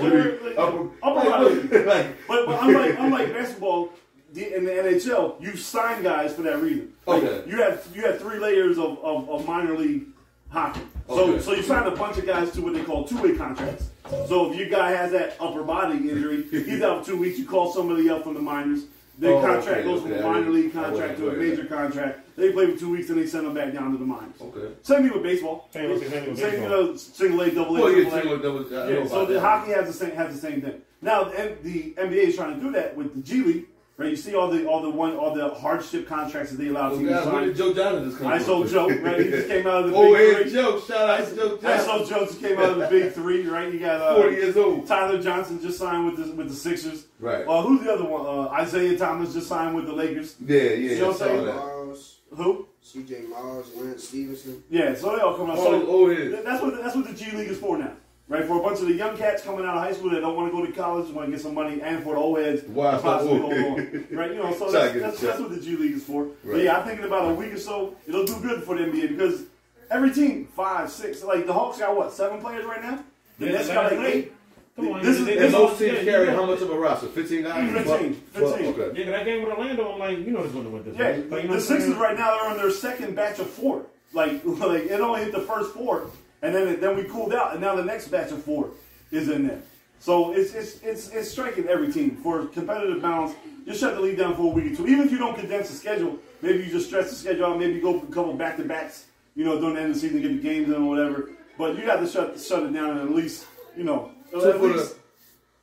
S3: lower-
S5: injury,
S3: like-
S5: upper,
S3: upper
S5: [LAUGHS] like,
S3: body.
S5: like,
S3: But, but unlike, unlike basketball, the, in the NHL, you sign guys for that reason. Like,
S5: Okay.
S3: You have you have three layers of, of, of minor league hockey. So
S5: Okay.
S3: so you sign a bunch of guys to what they call two way contracts. So if your guy has that upper body injury, he's out for two weeks. You call somebody up from the minors. Their
S5: Oh,
S3: contract
S5: okay,
S3: goes from
S5: okay,
S3: a
S5: I
S3: minor
S5: didn't-
S3: league
S5: I
S3: contract
S5: wasn't
S3: to a
S5: aware of
S3: major contract. They play for two weeks and they send them back down to the minors.
S5: [LAUGHS] okay.
S3: Same thing with baseball.
S2: Same with- same with
S3: Same, you
S2: baseball.
S3: know, single A, double A,
S5: Well, yeah,
S3: triple A.
S5: Taylor, that was, I know
S3: Yeah, so
S5: about
S3: the
S5: that.
S3: hockey has the same has the same thing. Now the, M- the NBA is trying to do that with the G League, right? You see all the all the one all the hardship contracts that they allow
S5: Oh,
S3: teams to
S5: God, where
S3: sign.
S5: did Joe Johnson just come
S3: I
S5: from?
S3: saw Joe, right? He just came out of the
S5: [LAUGHS] Oh,
S3: big
S5: hey,
S3: three.
S5: Joe! Shout out to Joe
S3: I
S5: Johnson.
S3: saw Joe just came out of the big three, right? You got uh,
S5: 40 years old.
S3: Tyler Johnson just signed with the with the Sixers.
S5: Right.
S3: Uh, who's the other one? Uh, Isaiah Thomas just signed with the Lakers.
S5: Yeah, yeah,
S3: See what
S5: yeah.
S3: I'm saying?
S5: Saw that.
S4: Miles,
S3: Who?
S4: CJ Miles, Lance Stevenson.
S3: Yeah. So they all come out.
S5: All
S3: so
S5: these old heads.
S3: Th- That's what that's what the G League is for now, right? For a bunch of the young cats coming out of high school that don't want to go to college, want to get some money, and for the old heads
S5: Why
S3: to possibly
S5: so
S3: hold
S5: old?
S3: on, right? You know, so
S5: Try
S3: that's,
S5: to get a
S3: that's,
S5: check.
S3: that's what the G League is for. But
S5: Right.
S3: yeah, I'm thinking about a week or so, it'll do good for the NBA because every team five, six, like the Hawks got what seven players right now. The
S2: Yeah,
S3: Nets
S2: the
S3: got
S2: last
S3: like eight.
S2: week. Come on,
S3: This
S2: you
S3: is
S2: did
S5: And
S3: this
S2: that.
S5: those
S3: is
S5: teams carry how much of a roster? 15 guys?
S3: 15,
S5: 12?
S3: 15.
S5: Okay.
S2: Yeah, 'cause that game with Orlando, I'm like, you know, this going to win this.
S3: yeah.
S2: one. But you know
S3: The
S2: what I'm
S3: Sixers
S2: saying?
S3: right now they're on their second batch of four. Like [LAUGHS] like it only hit the first four, and then then we cooled out, and now the next batch of four is in there. So it's it's it's it's striking every team for competitive balance. Just shut the league down for a week or two. Even if you don't condense the schedule, maybe you just stretch the schedule out. Maybe go for a couple back to backs. You know, during the end of the season, get the games in or whatever. But you got to shut shut it down and at least you know
S5: So
S3: at
S5: for the,
S3: least.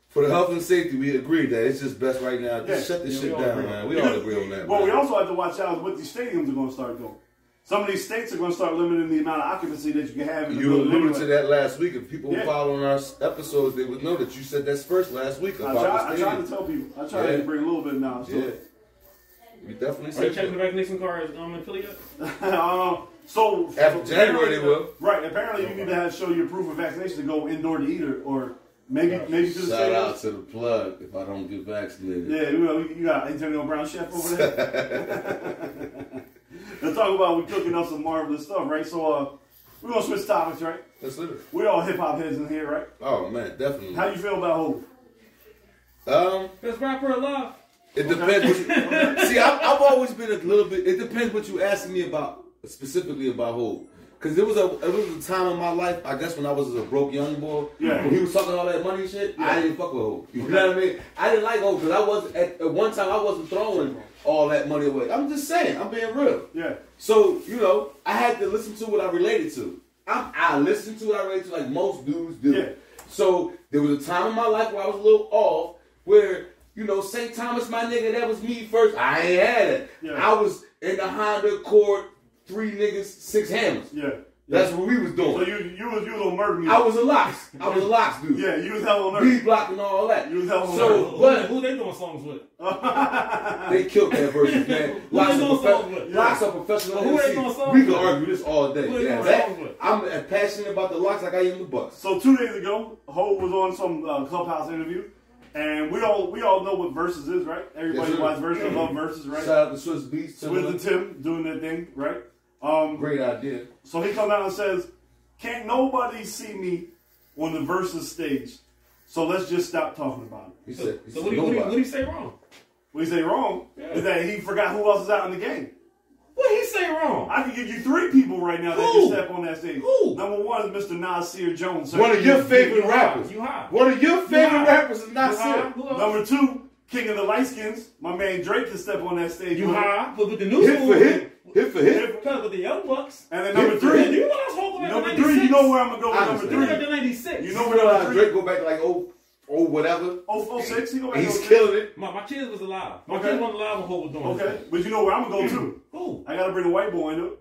S5: for the health and safety, we agree that it's just best right now. Just
S3: Yeah.
S5: shut this
S2: Yeah, we
S5: shit
S2: all
S5: down,
S2: agree.
S5: man. We all agree on that.
S3: Well,
S5: man.
S3: we also have to watch out is what these stadiums are going to start doing. Some of these states are going to start limiting the amount of occupancy that you can have. In the
S5: you
S3: building
S5: alluded
S3: anyway.
S5: to that last week. If people were
S3: Yeah.
S5: following our s- episodes, they would know that you said that's first last week
S3: I
S5: about
S3: try, I
S5: the
S3: try to
S5: stadium.
S3: tell people. I try
S5: Yeah.
S3: to bring a little bit of knowledge. [LAUGHS]
S5: Yeah.
S3: to it.
S5: We definitely
S2: Are you
S5: said
S2: checking the
S5: that.
S2: vaccination cards um, in Philly yet?
S3: um, so
S5: After January, they will.
S3: Right. Apparently, you need to have show your proof of vaccination to go indoor to eat or, or maybe maybe to the
S5: Shout
S3: stadium.
S5: out to the plug if I don't get vaccinated.
S3: Yeah, you, know, you got Antonio Brown chef over there.
S5: [LAUGHS]
S3: Let's talk about we cooking up some marvelous stuff, right? So uh, we're gonna switch topics, right?
S5: That's it.
S3: We're all hip hop heads in here, right?
S5: Oh, man, definitely.
S3: How you feel about Hov?
S5: Um,
S2: Best rapper alive.
S5: It depends. What you, see, I've, I've always been a little bit. It depends what you asking me about specifically about who. Cause there was a it was a time in my life, I guess when I was a broke young boy,
S3: Yeah.
S5: when he was talking all that money and shit, I
S3: Yeah.
S5: didn't fuck with Ho. You know what I mean? I didn't like Ho because I was at, at one time I wasn't throwing all that money away. I'm just saying, I'm being real.
S3: Yeah.
S5: So, you know, I had to listen to what I related to. I, I listened to what I related to, like most dudes do.
S3: Yeah.
S5: So, there was a time in my life where I was a little off, where, you know, St. Thomas, my nigga, that was me first. I ain't had it.
S3: Yeah.
S5: I was in the Honda Accord, three niggas, six hammers.
S3: Yeah.
S5: That's what we was
S3: So
S5: doing.
S3: you you was you was on murder music.
S5: I was a locks. I was a locks dude.
S3: Yeah, you was hell on
S5: B
S3: earth.
S5: block and all that.
S3: You was hell on
S5: So-
S3: earth.
S2: Who,
S5: but-
S2: who, who they doing songs with?
S5: They killed that versus man.
S2: [LAUGHS] Who they
S5: Locks are,
S2: doing songs
S5: profe-
S2: with?
S5: locks are professional.
S2: Who they
S5: MCs.
S2: doing songs
S5: we can
S2: with?
S5: argue this all day.
S2: Who they
S5: Yeah,
S2: doing
S5: that-
S2: songs with?
S5: I'm as passionate about the locks like I am the bucks.
S3: So two days ago, Ho was on some uh, clubhouse interview, and we all we all know what verses is, right? Everybody
S5: Yes, sir.
S3: watches verses, love verses, right?
S5: Shout out to Swiss Beats.
S3: With
S5: Timberland.
S3: the Tim doing that thing, right? Um,
S5: Great idea.
S3: so he comes out and says, "Can't nobody see me on the verses stage, so let's just stop talking about it."
S5: He
S2: So,
S5: said, he
S2: so
S5: said
S2: what, do you, what, do you, what do
S5: nobody.
S2: you say wrong?
S3: What he say wrong is that he forgot who else is out in the game.
S2: What he say wrong?
S3: I can give you three people right now that
S5: Who?
S3: can step on that stage.
S5: Who?
S3: Number one is Mr. Nasir Jones. sir.
S5: One of your favorite rappers.
S2: You high.
S5: One of your favorite
S2: high.
S5: rappers is not
S2: You high.
S5: Sid.
S2: Who else?
S3: Number two, King of the Lightskins, my man Drake can step on that stage.
S2: You
S3: with him.
S2: high, but with the new
S5: Hit
S2: school,
S5: for hit. Hit for hit.
S2: because with the young bucks.
S3: And then
S5: Yeah.
S3: number
S2: Do
S3: three,
S2: you know I was hoping after
S3: number
S2: 96?
S3: three, you know where I'm gonna go with
S5: Honestly.
S3: number
S2: You know
S3: three.
S2: after 96.
S3: You
S5: You
S3: know where
S5: realize
S3: number
S5: Drake
S3: three.
S5: go back to like oh oh whatever.
S3: Oh, 06, he go back
S5: And he's
S3: to 06.
S5: killing it.
S2: my, my kids was alive. My
S3: Okay.
S2: kids wasn't alive when Hope was doing
S3: Okay,
S2: this.
S3: but you know where I'm gonna go too.
S2: Who?
S3: I gotta bring the white boy in there.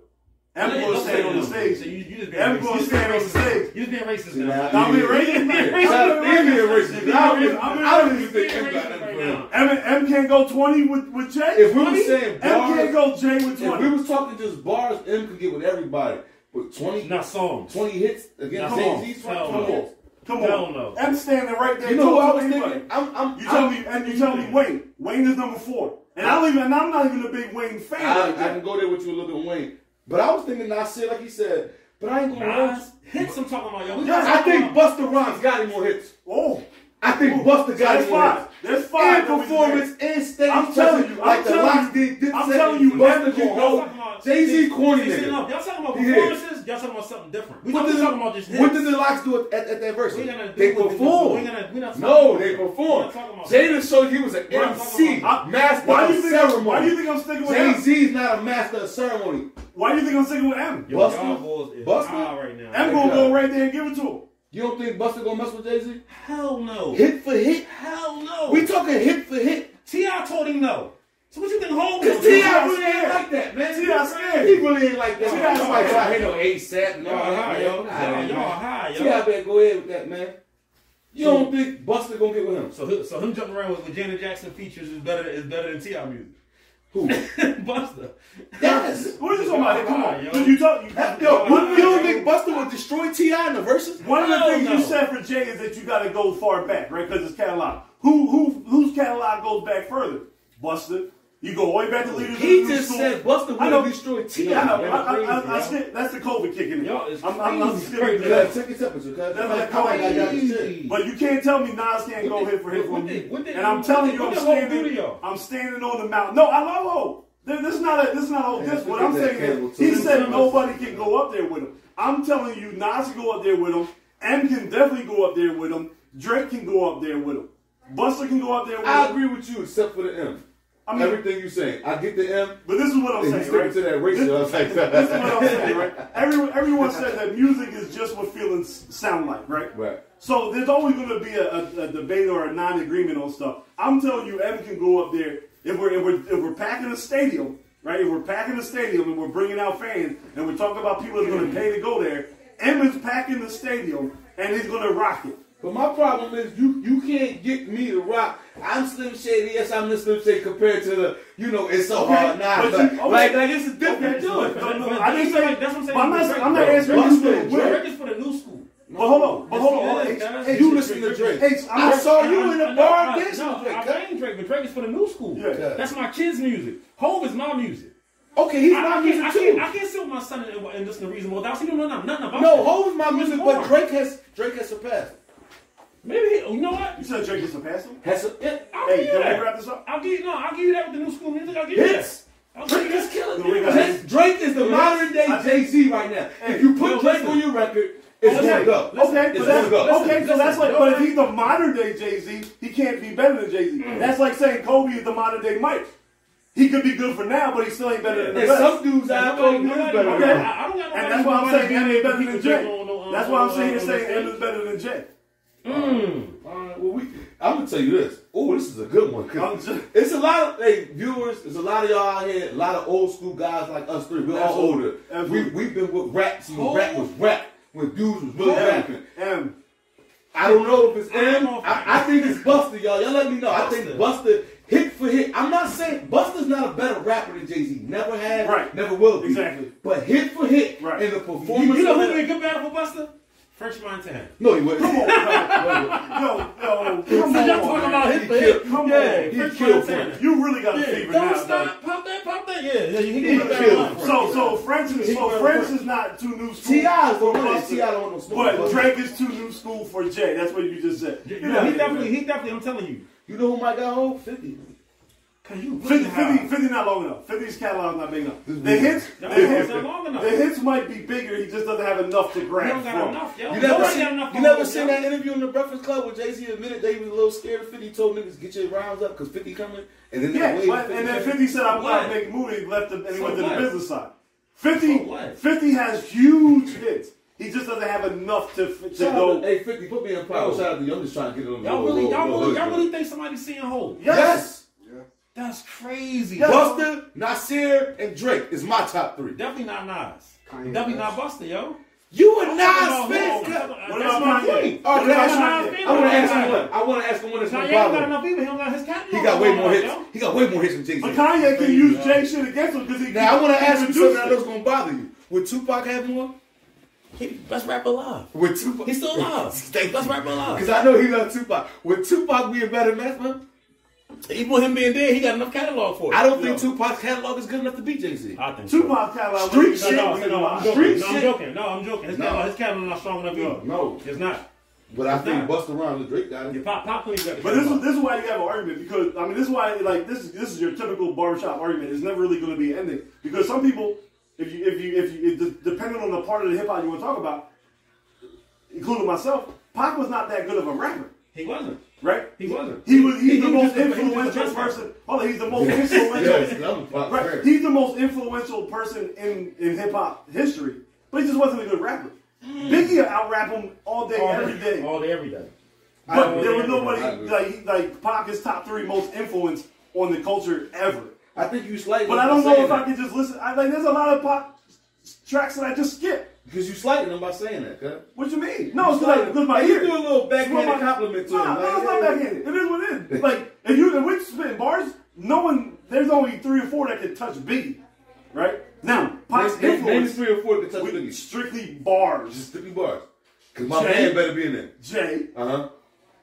S3: And I'm gonna
S2: Don't
S3: stand
S2: say
S3: on the
S2: no.
S3: stage.
S2: So you, you just being
S3: And I'm
S2: racist.
S3: gonna
S2: You just being
S3: stand on the
S2: racist.
S3: stage.
S2: You just being racist
S5: See,
S2: now.
S5: now
S3: I'm being
S5: you-
S3: racist.
S5: Shout out to Indian
S2: You're
S5: racist.
S2: being
S5: I don't even-
S2: racist.
S5: I don't even
S2: You're being
S5: think about
S2: racist
S5: that.
S2: right
S5: bro.
S2: now.
S3: M, M can't go 20 with, with Jay.
S5: If we were
S3: 20?
S5: saying
S3: M can't go
S5: bars,
S3: Jay with
S5: if we
S3: 20.
S5: was talking just bars, M could get with everybody. But 20,
S2: Not songs.
S5: 20 hits against
S3: Come on.
S5: Jay Z,
S2: Hell
S5: come
S2: no.
S5: on.
S3: Come
S2: Hell no.
S3: on. M standing right there.
S5: You know who I was
S3: talking to anybody.
S5: thinking? I'm, I'm,
S3: You tell
S5: I'm-
S3: me, and you tell me Wayne. Wayne is number four, and I don't even, and I'm not even a big Wayne fan.
S5: I,
S3: like
S5: I
S3: that.
S5: can go there with you a little bit, Wayne. But I was thinking Nasir, like he said, but I ain't going to
S2: Nas, hits I'm talking about y'all.
S3: Yes,
S5: I think Buster Rhymes got him more hits.
S3: oh,
S5: I think Buster got
S3: there's
S5: him more
S3: five.
S5: hits.
S3: There's
S5: In
S3: five. that we just
S5: performance,
S3: made.
S5: in stage,
S3: I'm telling you,
S5: like
S3: I'm
S5: the
S3: telling
S5: Locks
S3: you,
S5: did, did
S3: I'm
S5: say,
S3: telling you,
S5: Buster
S3: Buster
S5: can go. Jay Z corny
S2: Y'all
S5: nigga.
S2: talking about
S5: He hit.
S2: performances? Y'all talking about something different. We
S5: What
S2: just
S5: did,
S2: talking about just hits.
S5: what did the locks do at, at, at that verse?
S2: We ain't gonna do
S5: They
S2: what they do. We
S5: performed.
S2: ain't gonna- we not talking
S5: No,
S2: about
S5: they
S2: that.
S5: performed.
S2: We not talking about
S5: Jada showed he was an
S2: not
S5: MC,
S2: talking about
S3: that.
S5: master
S3: Why do
S5: of
S3: you think I'm-
S5: ceremony.
S3: why do you think I'm sticking with
S5: Jay
S3: him?
S5: Z's not a master of ceremony.
S3: Why do you think I'm sticking with M?
S2: Yo,
S5: Busta?
S2: y'all boys is
S5: Busta?
S2: high right now.
S3: M gonna go right there and give it to him.
S5: You don't think Buster gonna mess with Jay Z?
S2: Hell no.
S5: Hit for hit.
S2: Hell no.
S5: We talking hit for hit.
S2: T.I. told him no. So what you think Hov
S5: Cause
S2: gonna do?
S5: T.I. really ain't like that, man.
S3: T.I. scared.
S5: He really ain't like that.
S3: T.I.
S5: T.I. Somebody
S3: scared.
S5: try to hit no ASAP. No,
S2: Y'all high, yo. Y'all
S5: T.I.
S2: high, yo.
S5: better go ahead with that, man. You
S2: So-
S5: don't think Buster gonna get with him?
S2: So, hi- so him jumping around with, with Janet Jackson features is better is better than T.I. music. [LAUGHS]
S3: [LAUGHS]
S5: Who?
S2: Buster.
S5: yes.
S3: What are you talking about? Come
S2: Yo.
S3: on. Did you talk? You,
S5: Yo,
S3: yo,
S5: what,
S3: one,
S5: you don't think Buster would destroy T.I. in the verses?
S3: one of the
S2: Hell
S3: things
S2: no.
S3: you said for Jay is that you got to go far back, right? Because it's catalog. Who who whose catalog goes back further? Buster. You go all the way back to leaders.
S5: He
S3: of the New
S5: just
S3: School.
S5: said Buster
S3: I know.
S5: would destroy
S3: Yeah, I know. I, I,
S5: T.I.
S3: I, I,
S2: Y'all crazy,
S3: skip- that's the COVID kicking in.
S2: Y'all is
S3: I'm, I'm, I'm
S2: crazy.
S3: skipping
S2: Crazy.
S5: Yeah,
S3: that.
S5: check your temperature, cuz.
S3: That's like
S5: Come on, y'all got
S3: crazy.
S5: this shit.
S3: But you can't tell me Nas can't
S2: What
S3: go
S2: they-
S3: hit for hit
S2: what
S3: for
S2: they-
S3: me.
S2: what they-
S3: And I'm telling you,
S2: what
S3: I'm
S2: they hold
S3: standing.
S2: studio?
S3: I'm standing on the mountain. No, I love Ho. Th- This is not a. This is not a.
S5: Man,
S3: This
S5: look
S3: what
S5: at
S3: I'm
S5: that Campbell
S3: saying. Is,
S5: too.
S3: he said nobody can go up there with him. I'm telling you, Nas can go up there with him. M can definitely go up there with him. Drake can go up there with him. Buster can go up there with
S5: I
S3: him.
S5: agree with you except for the M.
S3: I mean-
S5: Everything you saying. I get the M.
S3: But this is what I'm
S5: And you
S3: saying,
S5: stick
S3: right?
S5: to that ratio. I was like, [LAUGHS]
S3: This is what I'm saying, right? Everyone, everyone says that music is just what feelings sound like, right?
S5: Right.
S3: So there's always going to be a, a, a debate or a non-agreement on stuff. I'm telling you, Evan can go up there if we're if we're, if we're packing a stadium, right? If we're packing a stadium and we're bringing out fans and we're talking about people that's going to pay to go there, Evan's packing the stadium and he's going to rock it.
S5: But my problem is you you can't get me to rock. I'm Slim Shady. Yes, I'm the Slim Shady compared to the you know it's so
S3: Okay,
S5: hard now.
S3: but
S5: Like,
S3: you- okay.
S5: like like it's a different
S3: Okay,
S5: dude.
S3: but- but-
S2: But
S3: but I didn't say.
S2: that's what I'm saying.
S3: but I'm not. I'm not
S5: Bro,
S3: asking you
S5: Buster
S3: to
S5: and
S3: win.
S5: Drake-
S2: Drake is for the new school.
S3: But hold on, but
S2: Yes,
S3: hold on,
S2: it
S3: hold on.
S2: is, guys.
S5: Hey, you listen to Drake.
S3: Hey, I'm
S5: I
S3: not-
S5: saw you in
S2: I-
S5: the
S2: I-
S5: bar
S2: I-
S5: dancing
S2: no,
S5: with Drake.
S2: I
S5: cuz.
S2: blame Drake, but Drake is for the new school.
S3: Yeah.
S2: That's my kids' music. Hove is my music.
S5: Okay, he's
S2: I,
S5: my
S2: I, can't, I,
S5: music
S2: can't,
S5: too.
S2: I can't sit with my son and, and listen to Reasonable Doubt. He don't know nothing, nothing about
S5: No,
S2: that.
S5: Hov is my
S2: He was
S5: music,
S2: born.
S5: but Drake has Drake has surpassed.
S2: Maybe he, you know what?
S3: You said Drake gets a pass him?
S5: Has a,
S2: Yeah, I'll
S3: Hey,
S2: give you
S3: can we
S2: that.
S3: wrap this up?
S2: I'll give you no. I'll give you that with the new school music. I'll give you that.
S5: hits.
S2: I'll give you
S5: Drake is
S2: that.
S5: killing
S3: No, we
S5: people.
S3: got
S5: His- Drake is the
S2: Yeah.
S5: modern day
S3: I
S5: Jay
S3: think-
S5: Z right now.
S3: Hey,
S5: If you put
S2: yo,
S5: Drake
S2: listen.
S5: on your record, it's
S2: Okay,
S5: gonna go.
S2: listen,
S3: Okay,
S5: it's
S3: so
S5: gonna
S3: that's,
S5: go.
S3: okay, so
S2: Listen,
S3: that's like,
S2: listen.
S3: but if he's the modern day Jay Z, he can't be better than Jay Z. That's like saying Kobe is the modern day Mike. He could be good for now, but he still ain't better than the
S5: And
S3: best.
S5: some dudes out there
S2: Nobody-
S5: know
S2: nobody-
S5: better than
S2: okay,
S5: Drake.
S2: I, I don't got
S3: And
S2: nobody
S3: that's why I'm
S2: who
S3: saying
S2: wanna
S3: Eminem
S2: be
S3: ain't better than
S2: people on-
S3: Jay.
S2: on-
S3: That's why I'm
S2: on-
S3: saying
S2: on
S3: saying
S2: the
S3: Eminem's better than Jay.
S5: All right, well, we, I'm gonna tell you this. Oh, this is a good one. 'cause
S3: I'm just-
S5: it's a lot of hey, viewers. There's a lot of y'all out here. A lot of old school guys like us three. We're all
S3: Absolutely.
S5: older.
S3: Absolutely.
S5: We we've been with rap since rap was rap. When dudes was really rapping.
S3: M, M,
S5: I don't know if it's
S2: I'm
S5: M. I,
S2: off.
S5: I think it's Buster, y'all. Y'all let me know. I think Buster hit for hit. I'm not saying Buster's not a better rapper than Jay Z. Never had.
S3: Right.
S5: Never will be.
S3: Exactly.
S5: But hit for hit.
S3: Right.
S5: And the
S2: You,
S5: performance.
S2: you know
S5: of
S2: who
S5: it-
S2: would be a good battle for Buster? Fresh Montana.
S5: no, he wasn't.
S3: Come on, no, no, come
S2: Since y'all
S3: on,
S2: talking
S3: man.
S2: about hit for
S5: He
S2: hit,
S5: killed-
S3: come
S2: yeah,
S3: on.
S5: He
S2: Fresh
S5: killed
S2: Montana.
S3: You really got a
S2: Yeah,
S3: fever now.
S2: don't
S3: dog.
S2: stop, pop that, pop that, yeah, yeah, he
S5: He
S2: did that
S5: killed
S2: line.
S5: it.
S3: So, so French is so French is not too new school.
S5: Ti is the
S3: for
S5: one.
S3: Busta.
S5: Ti don't know.
S3: But Drake is too new school for Jay. That's what you just said.
S2: You
S3: Get
S2: know,
S3: out
S2: he
S3: of here,
S2: definitely,
S3: man.
S2: he definitely, I'm telling you,
S5: You know who might got home? Fifty.
S2: cause you
S3: 50,
S2: really
S3: 50,
S2: high.
S3: 50 not long enough. 50's catalog's not big enough. The
S5: big.
S3: hits, the
S2: That was
S3: hits,
S2: not long enough.
S3: the hits might be bigger. He just doesn't have enough to
S2: You
S3: grab
S2: don't got
S3: from.
S2: enough, yo.
S5: You never
S2: Nobody
S5: seen,
S2: got enough
S5: you
S2: for
S5: never
S2: all
S5: seen
S2: of y'all.
S5: that interview in the Breakfast Club where Jay Z admitted that he was a little scared of 50, told niggas get your rhymes up because 50 coming, and then they
S3: Yeah,
S5: waited
S3: but,
S5: 50
S3: and then
S5: coming.
S3: 50 said, I'm
S2: What?
S3: glad to make a movie. He left the, and he
S2: So
S3: went to the
S2: what?
S3: business side.
S2: So
S3: 50,
S2: what?
S3: 50 has huge hits. He just doesn't have enough to, to
S5: Shout out
S3: go.
S5: to, hey, 50, put me in power.
S2: Yo.
S5: Shout out to you. I'm just trying to get it on the
S2: Y'all
S5: low,
S2: really,
S5: low,
S2: y'all
S5: low
S2: really,
S5: hood,
S2: y'all
S5: bro.
S2: really think somebody's seeing hope?
S5: Yes!
S4: Yeah.
S2: That's crazy.
S3: Yeah.
S5: Buster, Nasir, and Drake is my top three.
S2: Definitely not Nas.
S4: Kanye
S2: Definitely not
S4: West.
S2: Buster, yo.
S5: You and
S2: Oh,
S5: Nas
S2: hold
S5: fans.
S2: on, hold
S5: got-
S2: on.
S3: What
S2: That's
S3: about
S2: my
S3: Kanye?
S2: point.
S5: All right,
S3: What
S5: that's
S3: about
S5: my-
S3: Kanye?
S5: I want to ask him one. I want to ask him one
S2: Kanye
S5: that's going
S2: ain't
S5: to
S2: got
S5: bother him.
S2: enough either. He don't got his catalog.
S5: He got way
S2: going
S5: more
S2: on,
S5: hits.
S2: yo.
S5: He got way more hits than Jay
S3: But
S5: Z.
S3: Kanye can use Jay shit against him because he
S5: Now, I want to
S3: he
S5: ask you
S3: produced
S5: something I
S3: it.
S5: know is going to bother you. Would Tupac have more?
S2: He best rapper alive.
S5: Would Tupac?
S2: He's
S5: [LAUGHS]
S2: still alive.
S5: Thank
S2: best
S5: you.
S2: rapper alive.
S5: Because I know he loved Tupac. Would Tupac be a better rapper?
S2: Even with him being dead, he got enough catalog for it.
S5: I don't think Tupac's catalog is good enough to beat Jay Z.
S2: I think so.
S3: Tupac catalog.
S5: Street
S3: was-
S5: shit.
S2: No, no, no, I'm joking.
S5: Street
S2: no,
S5: shit.
S2: I'm joking. No, I'm joking. His
S5: No.
S2: catalog, his catalog not strong enough either.
S5: No.
S2: It's not.
S5: But I
S2: think
S5: Buster Rhymes and Drake
S2: [LAUGHS]
S5: got
S2: Your pop, pop Queen got the
S3: But this is
S2: catalog.
S3: this is why you have an argument because I mean this is why like this this is your typical barbershop argument. It's never really going to be an ending because some people, if you if you if you it, de- depending on the part of the hip hop you want to talk about, including myself, Pac was not that good of a rapper,
S2: He wasn't.
S3: right?
S2: He wasn't.
S3: He was he's the
S2: was
S3: most
S2: just a- he was just a
S3: influential
S2: best rapper.
S3: person. Hold on, he's the most influential. Right. He's the most influential person in, in hip hop history, but he just wasn't a good rapper. Biggie out rap him all day,
S2: All
S3: every day.
S2: All day, every day.
S3: But
S2: I
S3: there
S2: agree.
S3: was nobody
S5: I agree.
S3: like he- like Pac is top three most influence on the culture ever.
S5: I think you slighting.
S3: But I don't know if I can just listen. I like there's a lot of Pac tracks that I just skip.
S5: because you slighting him by saying that. Cause
S3: What you mean? No, it's
S5: You
S3: like
S5: like-
S3: because my
S5: you
S3: ear.
S5: do a little backhanded
S3: It's my-
S5: compliment to
S3: Nah,
S5: him,
S3: No,
S5: like,
S3: it's not
S5: yeah.
S3: backhanded. It is what it is. Like if you if we're spitting bars, no one there's only three or four that can touch Biggie, right? Now Pac's
S5: Name- name
S3: influence
S5: three or four that touch
S3: with
S5: Biggie.
S3: strictly bars.
S5: Just Sticky bars. Cause my
S3: Jay.
S5: man better be in there.
S3: Jay,
S5: Uh huh.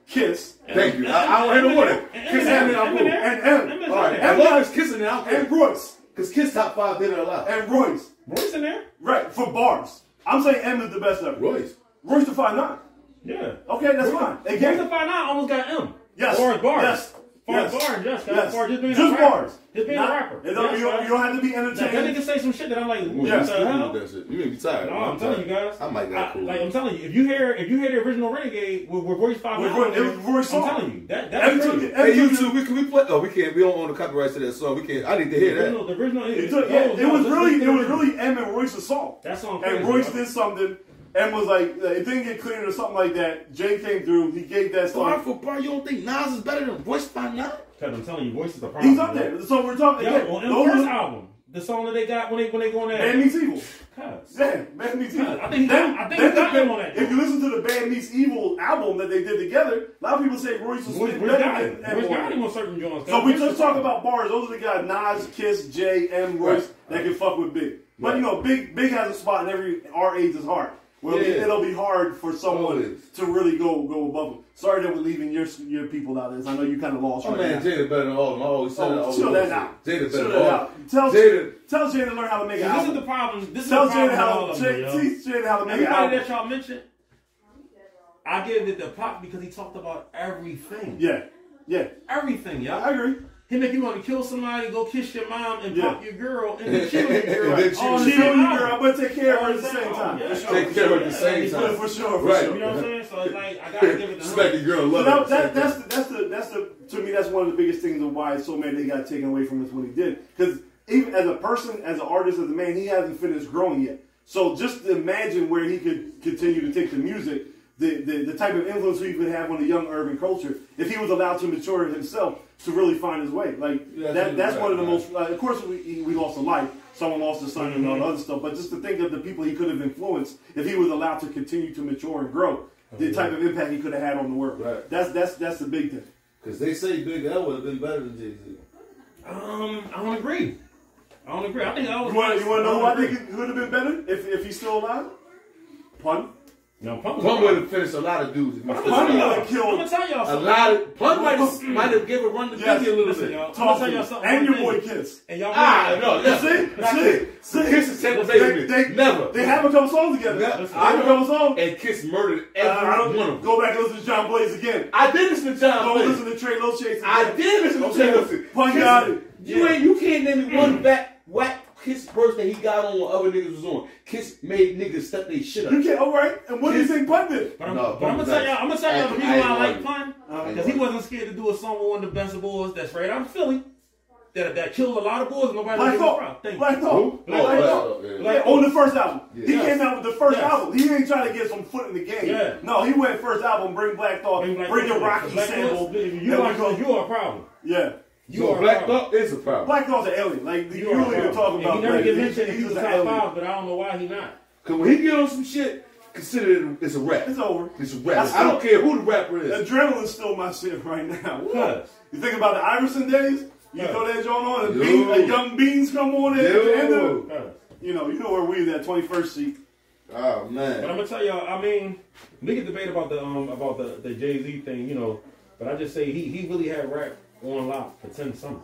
S3: Kiss,
S5: Thank you. I, I don't hear the warning. Kiss
S2: Eminem,
S5: and then I'm
S2: Eminem.
S5: cool.
S3: and M,
S2: Eminem's
S5: All right.
S2: in
S5: As
S2: there.
S5: long as kissing, then I'm
S3: and
S5: cool.
S3: Royce,
S5: Cause Kiss top five did it a lot.
S3: and Royce.
S2: Royce in there?
S3: Right, for bars. I'm saying M is the best ever.
S5: Royce.
S3: Royce the 5'9.
S2: Yeah.
S3: Okay, that's fine.
S2: Royce the
S3: Again,
S2: Five Nine almost got M.
S3: yes.
S2: Far as bars.
S3: Yes.
S2: Far as
S3: yes,
S2: bars, yes.
S3: yes.
S2: Far as just being a
S3: Just
S2: rapper.
S3: bars.
S2: Just being a
S3: Not-
S2: rapper.
S3: It don't,
S2: Yes,
S3: you, don't,
S2: right.
S3: you don't have to be
S2: Like, that nigga
S3: entertained.
S2: say some shit that I'm like, what
S5: Yeah.
S2: the hell?
S5: That shit. You may be tired.
S2: No, I'm telling you guys.
S5: I might got
S2: I-
S5: cool.
S2: Like I'm telling you, if you hear if you hear the original Renegade with, with Royce Five,
S3: With
S2: Nine
S3: Roy-
S2: on there,
S3: it was Royce
S2: I'm
S3: song.
S2: telling you that
S3: Every
S2: that's
S3: took
S2: crazy.
S3: it.
S5: Hey
S3: Every took
S5: YouTube, we can we play? Oh, we can't. We don't own the copyrights to that song. We can't. I need to hear
S2: The
S5: that.
S2: original, the original
S3: It took- yeah,
S2: Oh,
S3: it was really, it was really M and Royce's song.
S2: That song
S3: And
S2: crazy,
S3: Royce
S2: bro.
S3: did something. M was like, it didn't get cleared or something like that. Jay came through. He gave that
S5: Bar
S3: song.
S5: for bar, you don't think Nas is better than Royce by now?
S2: Cause I'm telling you, Royce is the problem.
S3: He's up
S2: bro.
S3: there. So we're talking
S2: Yeah,
S3: again.
S2: on
S3: those
S2: the first
S3: are-
S2: album, the song that they got when they when they go on that.
S3: Bad Meets Evil.
S2: Cuz.
S3: Yeah, Bad Meets Evil.
S2: I think he
S3: Then-
S2: got- I think
S3: then
S2: he got
S3: the-
S2: him on that.
S3: If you listen to the Bad Meets Evil album that they did together, a lot of people say Royce was
S2: Royce
S3: better
S2: Royce got
S3: than
S2: him.
S3: M.
S2: Royce
S3: on
S2: got
S3: it.
S2: him on certain joints.
S3: So we
S2: Cuz.
S3: just talk about bars. Those are the guys: Nas, Kiss, J, M, Royce
S5: Right.
S3: that can fuck with Big. But you know, Big Big has a spot in every our age is hard. Well,
S5: Yeah.
S3: it'll be hard for
S5: Oh, it
S3: someone
S5: is.
S3: to really go go above them. Sorry that we're leaving your your people out of this. I know you kind of lost
S5: My
S3: right
S5: Oh, man
S3: now.
S5: Jada better than all of them. I always said that.
S3: Oh,
S5: always
S3: chill that
S5: said.
S3: out.
S5: Jada better
S3: Chill
S5: than all
S3: that
S5: of them.
S3: [LAUGHS] out. Tell
S5: Jada.
S3: tell Jada to learn how to make an
S2: This is the
S3: album.
S2: problem. This is the
S3: Tell
S2: problem
S3: Jada
S2: with all
S3: how
S2: of
S3: Jada
S2: them. yo.
S3: teach Jada how to make an
S2: Everybody
S3: album.
S2: that y'all mentioned, I I give it to Pop because he talked about everything.
S3: Yeah, yeah,
S2: Everything, y'all.
S3: I agree.
S2: He make you want to kill somebody, go kiss your mom, and
S3: Yeah.
S2: pop your girl, and then kill your girl.
S5: And then
S2: all in
S5: shoot
S2: the
S3: She
S2: same
S3: and
S2: hour.
S3: you, girl, but take care of her
S2: All
S3: at the same time.
S2: Oh, Yeah,
S3: For sure.
S5: Take care of her at the same
S2: Yeah.
S5: time.
S3: For sure, for
S5: Right.
S3: sure.
S2: You know what I'm saying? So it's like I gotta give it to
S5: Smack
S2: him.
S5: your girl,
S3: So
S5: love
S3: that,
S5: her.
S3: that, that's the, that's the that's the to me that's one of the biggest things of why so many things got taken away from us when he did because even as a person as an artist as a man he hasn't finished growing yet so just imagine where he could continue to take the music the, the, the type of influence he could have on the young urban culture if he was allowed to mature himself to really find his way like
S5: Yeah, that's
S3: that, that's
S5: right,
S3: one of the
S5: right.
S3: most uh, of course we, we lost a life someone lost a son and all the other stuff but just to think of the people he could have influenced if he was allowed to continue to mature and grow the type of impact he could have had on the world
S5: Right.
S3: that's that's that's the big thing.
S6: Because they say Big L would have been better than Jay Z.
S2: Um, I don't agree. I don't agree. I think I was.
S3: You want you want to know who I
S2: what?
S3: think it would have been better if if he's still alive? Pun.
S2: No, Plum was
S5: Plum
S2: alive.
S5: would have finished a lot of dudes. in my
S2: I'm
S5: first
S2: gonna tell
S3: Plum
S5: round.
S2: y'all-
S3: would've killed-
S2: I'm gonna tell y'all
S5: A
S2: something.
S5: lot of Plum might have, might have gave a run to
S3: Yes,
S5: Biggie a little
S2: Listen,
S5: bit.
S2: y'all. I'm gonna
S3: Talk to
S2: tell
S3: me.
S2: y'all something.
S3: And your
S2: One
S3: boy
S2: thing.
S3: Kids.
S2: And y'all.
S5: Ah, no, never.
S3: See?
S5: Not
S3: See?
S5: Kiss.
S3: See?
S5: Kiss is table
S3: They,
S5: basement.
S3: they,
S5: never.
S3: They have a couple songs together.
S5: Never.
S3: They have a couple songs.
S5: and Kiss murdered
S3: Uh,
S5: every
S3: I don't
S5: one of them.
S3: go back and listen to John Blaze again.
S5: I did listen to John
S3: Don't
S5: Blaze.
S3: listen to Trey Low Chase.
S5: I did listen to
S3: Okay.
S5: Taylor Swift.
S3: Pun
S5: Kiss-
S3: got it. Mm.
S5: You ain't you can't name me one back whack Kiss verse that he got on when other niggas was on. Kiss made niggas step they shit up.
S3: You can't. All right. And what do you
S5: Kiss.
S3: think Pun did?
S2: But I'm,
S5: No,
S2: but I'm gonna
S5: Plum
S2: tell
S5: was
S2: y'all. I'm gonna tell y'all the
S5: I-
S2: reason
S5: I
S2: why I
S5: ain't
S2: like Pun
S5: arguing.
S3: Uh,
S2: because he wasn't scared to do a song with one of the best boys. That's right. I'm Philly. That that killed a lot of boys. and Nobody
S3: Black
S2: knew where from.
S3: Thought.
S2: Thank
S3: Black
S2: you.
S3: Thought.
S5: Oh,
S3: Black
S5: Black
S3: Thought.
S5: Thought, yeah.
S3: Yeah, on the first album. He
S5: Yes.
S3: came out with the first
S2: Yes.
S3: album. He ain't trying to get some foot in the game.
S2: Yeah.
S3: No, he went first album, bring Black Thought,
S2: Bring
S3: bring,
S2: Black
S3: the
S2: Thought.
S3: Rocky
S2: Black Thought,
S3: sample.
S2: if
S3: There
S2: You
S3: we
S2: are
S3: go.
S2: you are a problem.
S3: Yeah.
S2: You
S5: So
S2: are a
S5: Black
S2: problem.
S5: Thought is a problem.
S3: Black Thought's an alien. Like, you,
S2: You are a
S3: really didn't
S2: problem.
S3: talk
S2: And
S3: about
S2: He never
S3: Black.
S2: gets mentioned in
S3: He's E.
S2: people's
S3: an
S2: top
S3: alien.
S2: five, but I don't know why he not.
S5: Cause when he get on some shit, consider it it's a rap.
S3: It's over.
S5: It's a rap.
S3: That's
S5: I don't
S3: still-
S5: care who the rapper is.
S3: Adrenaline's still my shit right now. Woo.
S2: Yes.
S3: You think about the Iverson days? You
S2: Yes.
S3: throw that joint on, and
S5: Yo.
S3: beans, a young beans come on in.
S5: Yo.
S3: And then,
S2: Yes.
S3: you know, you know where we at, 21st seat.
S6: Oh, man.
S2: But I'm gonna tell y'all, I mean, we can debate about the um about the, the Jay Z thing, you know. But I just say he he really had rap on lock for ten summers.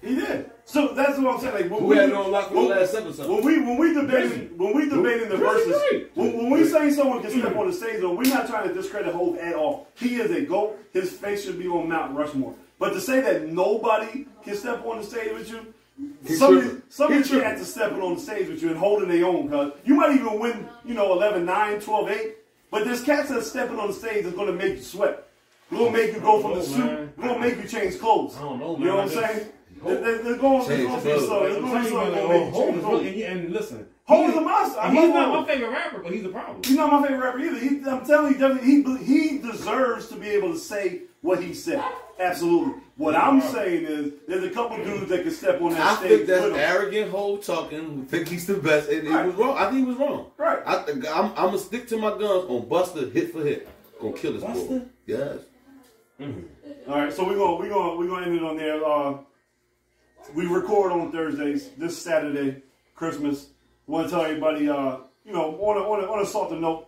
S3: He did. So that's what I'm saying. Like, when
S5: Who
S3: we-
S5: had it on lock for the
S3: when-
S5: last seven something?
S3: When we when we
S2: Drizzy.
S3: debating when we debating the
S2: Drizzy
S3: verses,
S2: Drake.
S3: when, when we say someone can
S2: Mm.
S3: step on the stage, though, we're not trying to discredit Hope at all. He is a goat. His face should be on Mount Rushmore. But to say that nobody can step on the stage with you,
S5: He
S3: somebody
S5: tripping. He
S3: somebody
S5: tripping.
S3: had to step on the stage with you and holding their own. Cause you might even win, you know, 11, 9, 12, 8. But this cat that's stepping on the stage is going to make you sweat. Gonna make you go from the
S2: Oh,
S3: suit.
S2: man.
S3: Gonna make you change clothes.
S2: I don't know,
S3: You know
S2: man.
S3: what I'm
S2: I
S3: saying? There- there- There's going to be
S5: Change clothes.
S3: something. There's
S2: I'm
S3: going to be
S2: telling you, man,
S3: something.
S2: oh,
S3: that'll make you
S2: Hov
S3: change
S2: is
S3: clothes.
S2: really- and, you- and listen,
S3: Hov is
S2: he-
S3: a monster. I
S2: and
S3: love
S2: he's not
S3: Hov.
S2: my favorite rapper, but he's a problem.
S3: He's not my favorite rapper either. He, I'm telling you, definitely, he he deserves to be able to say what he said. Absolutely. What I'm saying is, there's a couple dudes that can step on
S6: I
S3: that stage.
S6: think that's
S3: with him.
S6: arrogant hoe talking. Who think he's the best, and
S3: Right.
S6: it was wrong. I think he was wrong.
S3: Right.
S6: I think I'm, I'm gonna stick to my guns on Buster hit for hit. Gonna kill this boy.
S2: Busta?
S6: Yes.
S3: All right, so we're gonna we're gonna we're gonna end it on there. Uh, we record on Thursdays. This Saturday, Christmas. Want to tell everybody, uh, you know, on a, on a, on a softer note.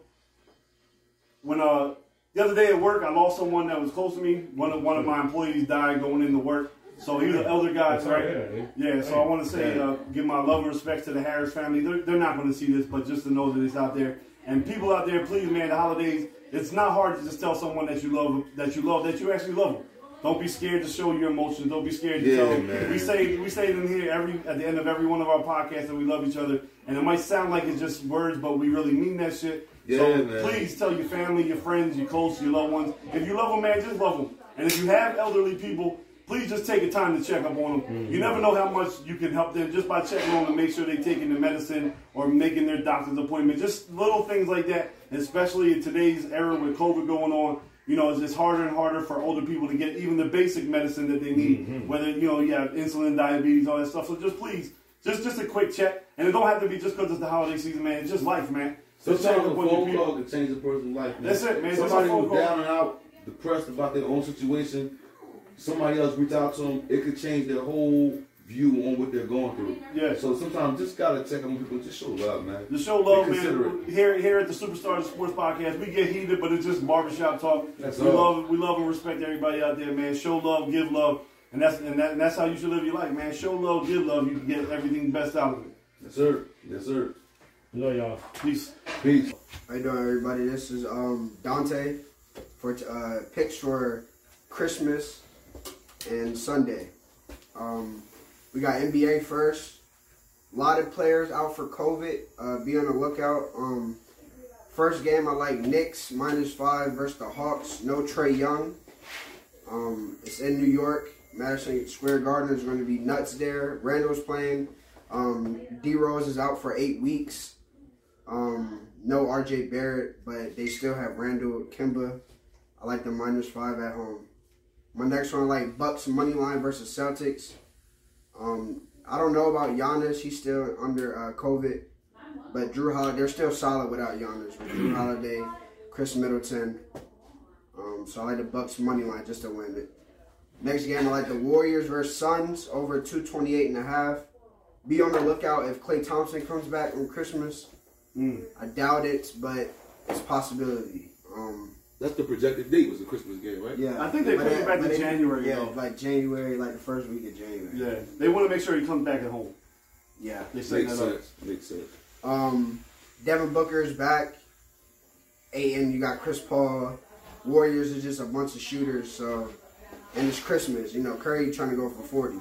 S3: When uh, the other day at work, I lost someone that was close to me. One of one of my employees died going into work. So he was an elder guy,
S2: That's
S3: right?
S2: right,
S3: Yeah. So I want to say, uh, give my love and respects to the Harris family. They're, they're not going to see this, but just to know that it's out there. And people out there, please, man, the holidays. It's not hard to just tell someone that you love that you love that you actually love them. Don't be scared to show your emotions. Don't be scared to
S6: Yeah,
S3: tell them.
S6: man.
S3: We say we say it in here every at the end of every one of our podcasts that we love each other. And it might sound like it's just words, but we really mean that shit. so
S6: Yeah, man.
S3: please tell your family, your friends, your close, your loved ones. If you love them, man, just love them. And if you have elderly people, please just take the time to check up on them.
S6: Mm-hmm.
S3: You never know how much you can help them just by checking on them, make sure they're taking the medicine or making their doctor's appointment. Just little things like that, especially in today's era with COVID going on. You know, it's just harder and harder for older people to get even the basic medicine that they need,
S6: Mm-hmm.
S3: whether, you know, you have insulin, diabetes, all that stuff. So just please, just just a quick check. And it don't have to be just because it's the holiday season, man. It's just life, man.
S6: So
S3: Just check
S6: Sometimes a
S3: up on your
S6: phone
S3: people.
S6: call can change a person's life. Man.
S3: That's it, man. Just a
S6: Somebody
S3: phone
S6: who's
S3: call.
S6: down and out, depressed about their own situation. Somebody else reach out to them. It could change their whole view on what they're going through.
S3: Yeah.
S6: So sometimes just gotta check on people. Just show love, man.
S3: The show love,
S6: Be considerate.
S3: man. Here, here at the Superstars Sports Podcast, we get heated, but it's just barbershop talk.
S6: That's
S3: we
S6: all.
S3: love, we love and respect everybody out there, man. Show love, give love, and that's and, that, and that's how you should live your life, man. Show love, give love. You can get everything best out of it.
S6: Yes, sir. Yes, sir.
S2: You know y'all.
S3: Peace.
S6: Peace.
S4: How you doing, everybody? This is um Dante for uh, picks for Christmas and Sunday. Um, we got NBA first. A lot of players out for COVID. Uh, be on the lookout. Um, first game, I like Knicks minus five versus the Hawks. No Trey Young. Um, it's in New York. Madison Square Garden is going to be nuts there. Randall's playing. Um, D Rose is out for eight weeks. Um, no RJ Barrett, but they still have Randall Kimba. I like the minus five at home. My next one, I like Bucks money line versus Celtics. Um, I don't know about Giannis. He's still under uh, COVID, but Drew Holiday. They're still solid without Giannis. With Drew Holiday, Chris Middleton. Um, so I like the Bucks money line just to win it. Next game, I like the Warriors versus Suns over 228 and a half. Be on the lookout if Clay Thompson comes back on Christmas. I doubt it, but it's a possibility. Um,
S5: That's the projected date was the Christmas game, right?
S4: yeah,
S3: I think they
S4: But
S3: pushed it
S4: that-
S3: back to
S4: but they-
S3: January,
S4: Yeah,
S3: though.
S4: like January, like the first week of January.
S3: Yeah, they want to make sure he comes back at home.
S4: yeah.
S3: They set
S5: Makes
S3: that up.
S5: sense. Makes sense.
S4: Um, Devin Booker is back, and you got Chris Paul. Warriors is just a bunch of shooters. So, and it's Christmas. You know, Curry trying to go for forty.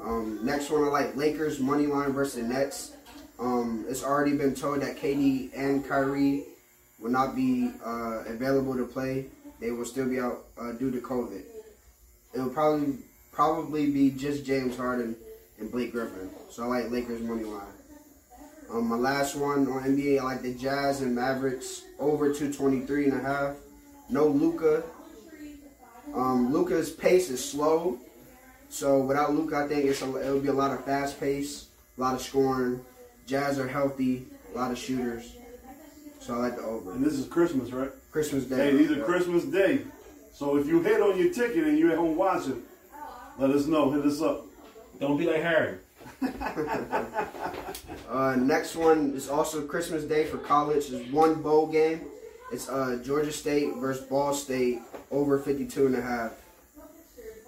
S4: Um, next one I like Lakers money line versus the Nets. Um, it's already been told that KD and Kyrie will not be uh, available to play. They will still be out uh, due to COVID. It will probably probably be just James Harden and Blake Griffin. So I like Lakers money line. Um, my last one on NBA, I like the Jazz and Mavericks over 223 and a half. No Luca. Um, Luca's pace is slow, so without Luca, I think it's a, it'll be a lot of fast pace, a lot of scoring. Jazz are healthy, a lot of shooters. So I like the
S3: And
S4: over.
S3: this is Christmas, right?
S4: Christmas Day.
S3: Hey, these are Christmas Day. So if you hit on your ticket and you're at home watching, let us know. Hit us up.
S2: Don't be like Harry.
S4: Uh, next one is also Christmas Day for college. Is one bowl game. It's uh, Georgia State versus Ball State over 52 and a half.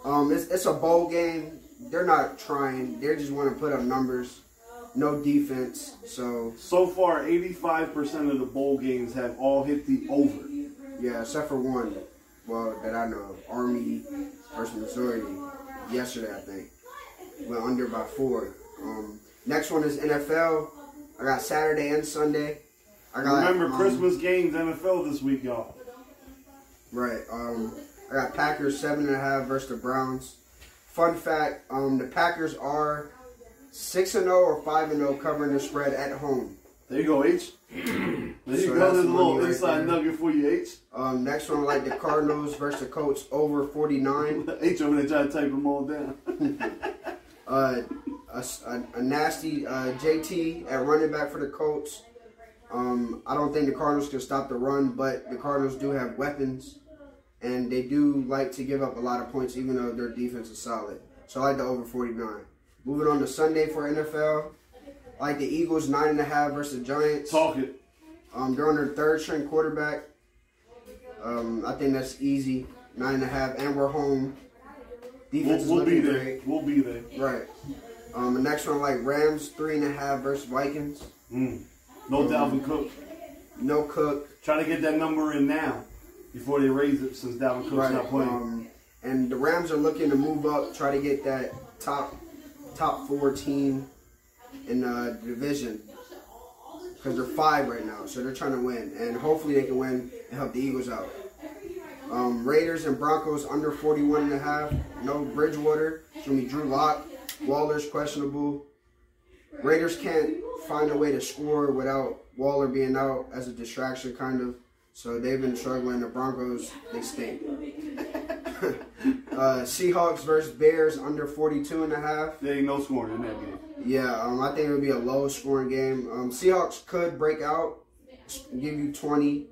S4: Um, it's, it's a bowl game. They're not trying. They just want to put up numbers. No defense. So
S3: So far, 85% of the bowl games have all hit the over.
S4: yeah, except for one. Well, that I know, of. Army versus Missouri yesterday. I think went under by four. Um, next one is NFL. I got Saturday and Sunday. I got
S3: Remember
S4: um,
S3: Christmas games NFL this week, y'all.
S4: Right. Um, I got Packers seven and a half versus the Browns. Fun fact: um, the Packers are six and zero or five and zero covering the spread at home.
S3: There you go, H. [CLEARS THROAT] There you
S4: So
S3: go.
S4: that's
S3: There's a
S4: the
S3: little
S4: money right
S3: inside
S4: there.
S3: nugget for you, H.
S4: Um, next one, I like the Cardinals versus the Colts over forty nine.
S3: H over there trying to type them all down.
S4: Uh, a, s- a- a nasty uh, JT at running back for the Colts. Um, I don't think the Cardinals can stop the run, but the Cardinals do have weapons, and they do like to give up a lot of points, even though their defense is solid. So I like the over 49. Moving on to Sunday for NFL, I like the Eagles nine and a half versus the Giants.
S3: Talk it.
S4: Um, they're on their third string quarterback. Um, I think that's easy. Nine and a half, and we're home.
S3: We'll,
S4: Defense
S3: we'll
S4: is
S3: be
S4: looking
S3: there.
S4: great.
S3: We'll be there.
S4: Right. Um, the next one, I like Rams three and a half versus Vikings.
S3: Mm. No Dalvin Cook.
S4: No Cook.
S3: Try to get that number in now before they raise it since Dalvin Cook's
S4: Right.
S3: not playing.
S4: Um, and the Rams are looking to move up, try to get that top top four team in the division because they're five right now, so they're trying to win, and hopefully they can win and help the Eagles out. Um, Raiders and Broncos under 41 and a half. No Bridgewater. It's going to be Drew Lock. Waller's questionable. Raiders can't find a way to score without Waller being out as a distraction, kind of. So they've been struggling. The Broncos, they stink. [LAUGHS] uh, Seahawks versus Bears under 42 and a half.
S3: there ain't no scoring in that game.
S4: Yeah, um, I think it'll be a low scoring game. Um, Seahawks could break out, s- give you 20,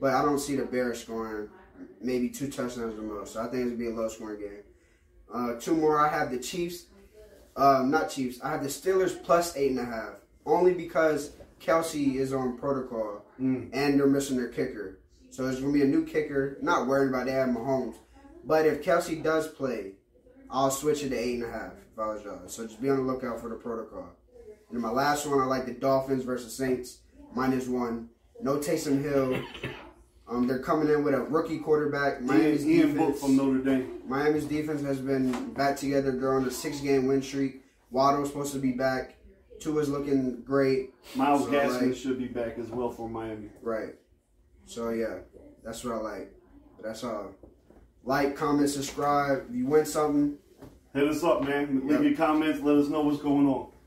S4: but I don't see the Bears scoring maybe two touchdowns the most. So I think it'll be a low scoring game. Uh, two more. I have the Chiefs, um, not Chiefs. I have the Steelers plus eight and a half, only because Kelsey is on protocol and they're missing their kicker. So it's gonna be a new kicker. Not worried about that, Mahomes. But if Kelsey does play, I'll switch it to eight and a half if I was y'all. So just be on the lookout for the protocol. And then my last one, I like the Dolphins versus Saints minus one. No Taysom Hill. Um, they're coming in with a rookie quarterback. Miami's
S3: Ian, Ian Book
S4: defense.
S3: from Notre Dame.
S4: Miami's defense has been back together. They're on a six-game win streak. Waddle's supposed to be back. Tua's looking great.
S3: Miles
S4: So,
S3: Gaskin
S4: like-
S3: should be back as well for Miami.
S4: Right. So yeah, that's what I like. That's all. Like, comment, subscribe. If you win something,
S3: Hit us up, man. Leave
S4: Yeah.
S3: your comments. Let us know what's going on.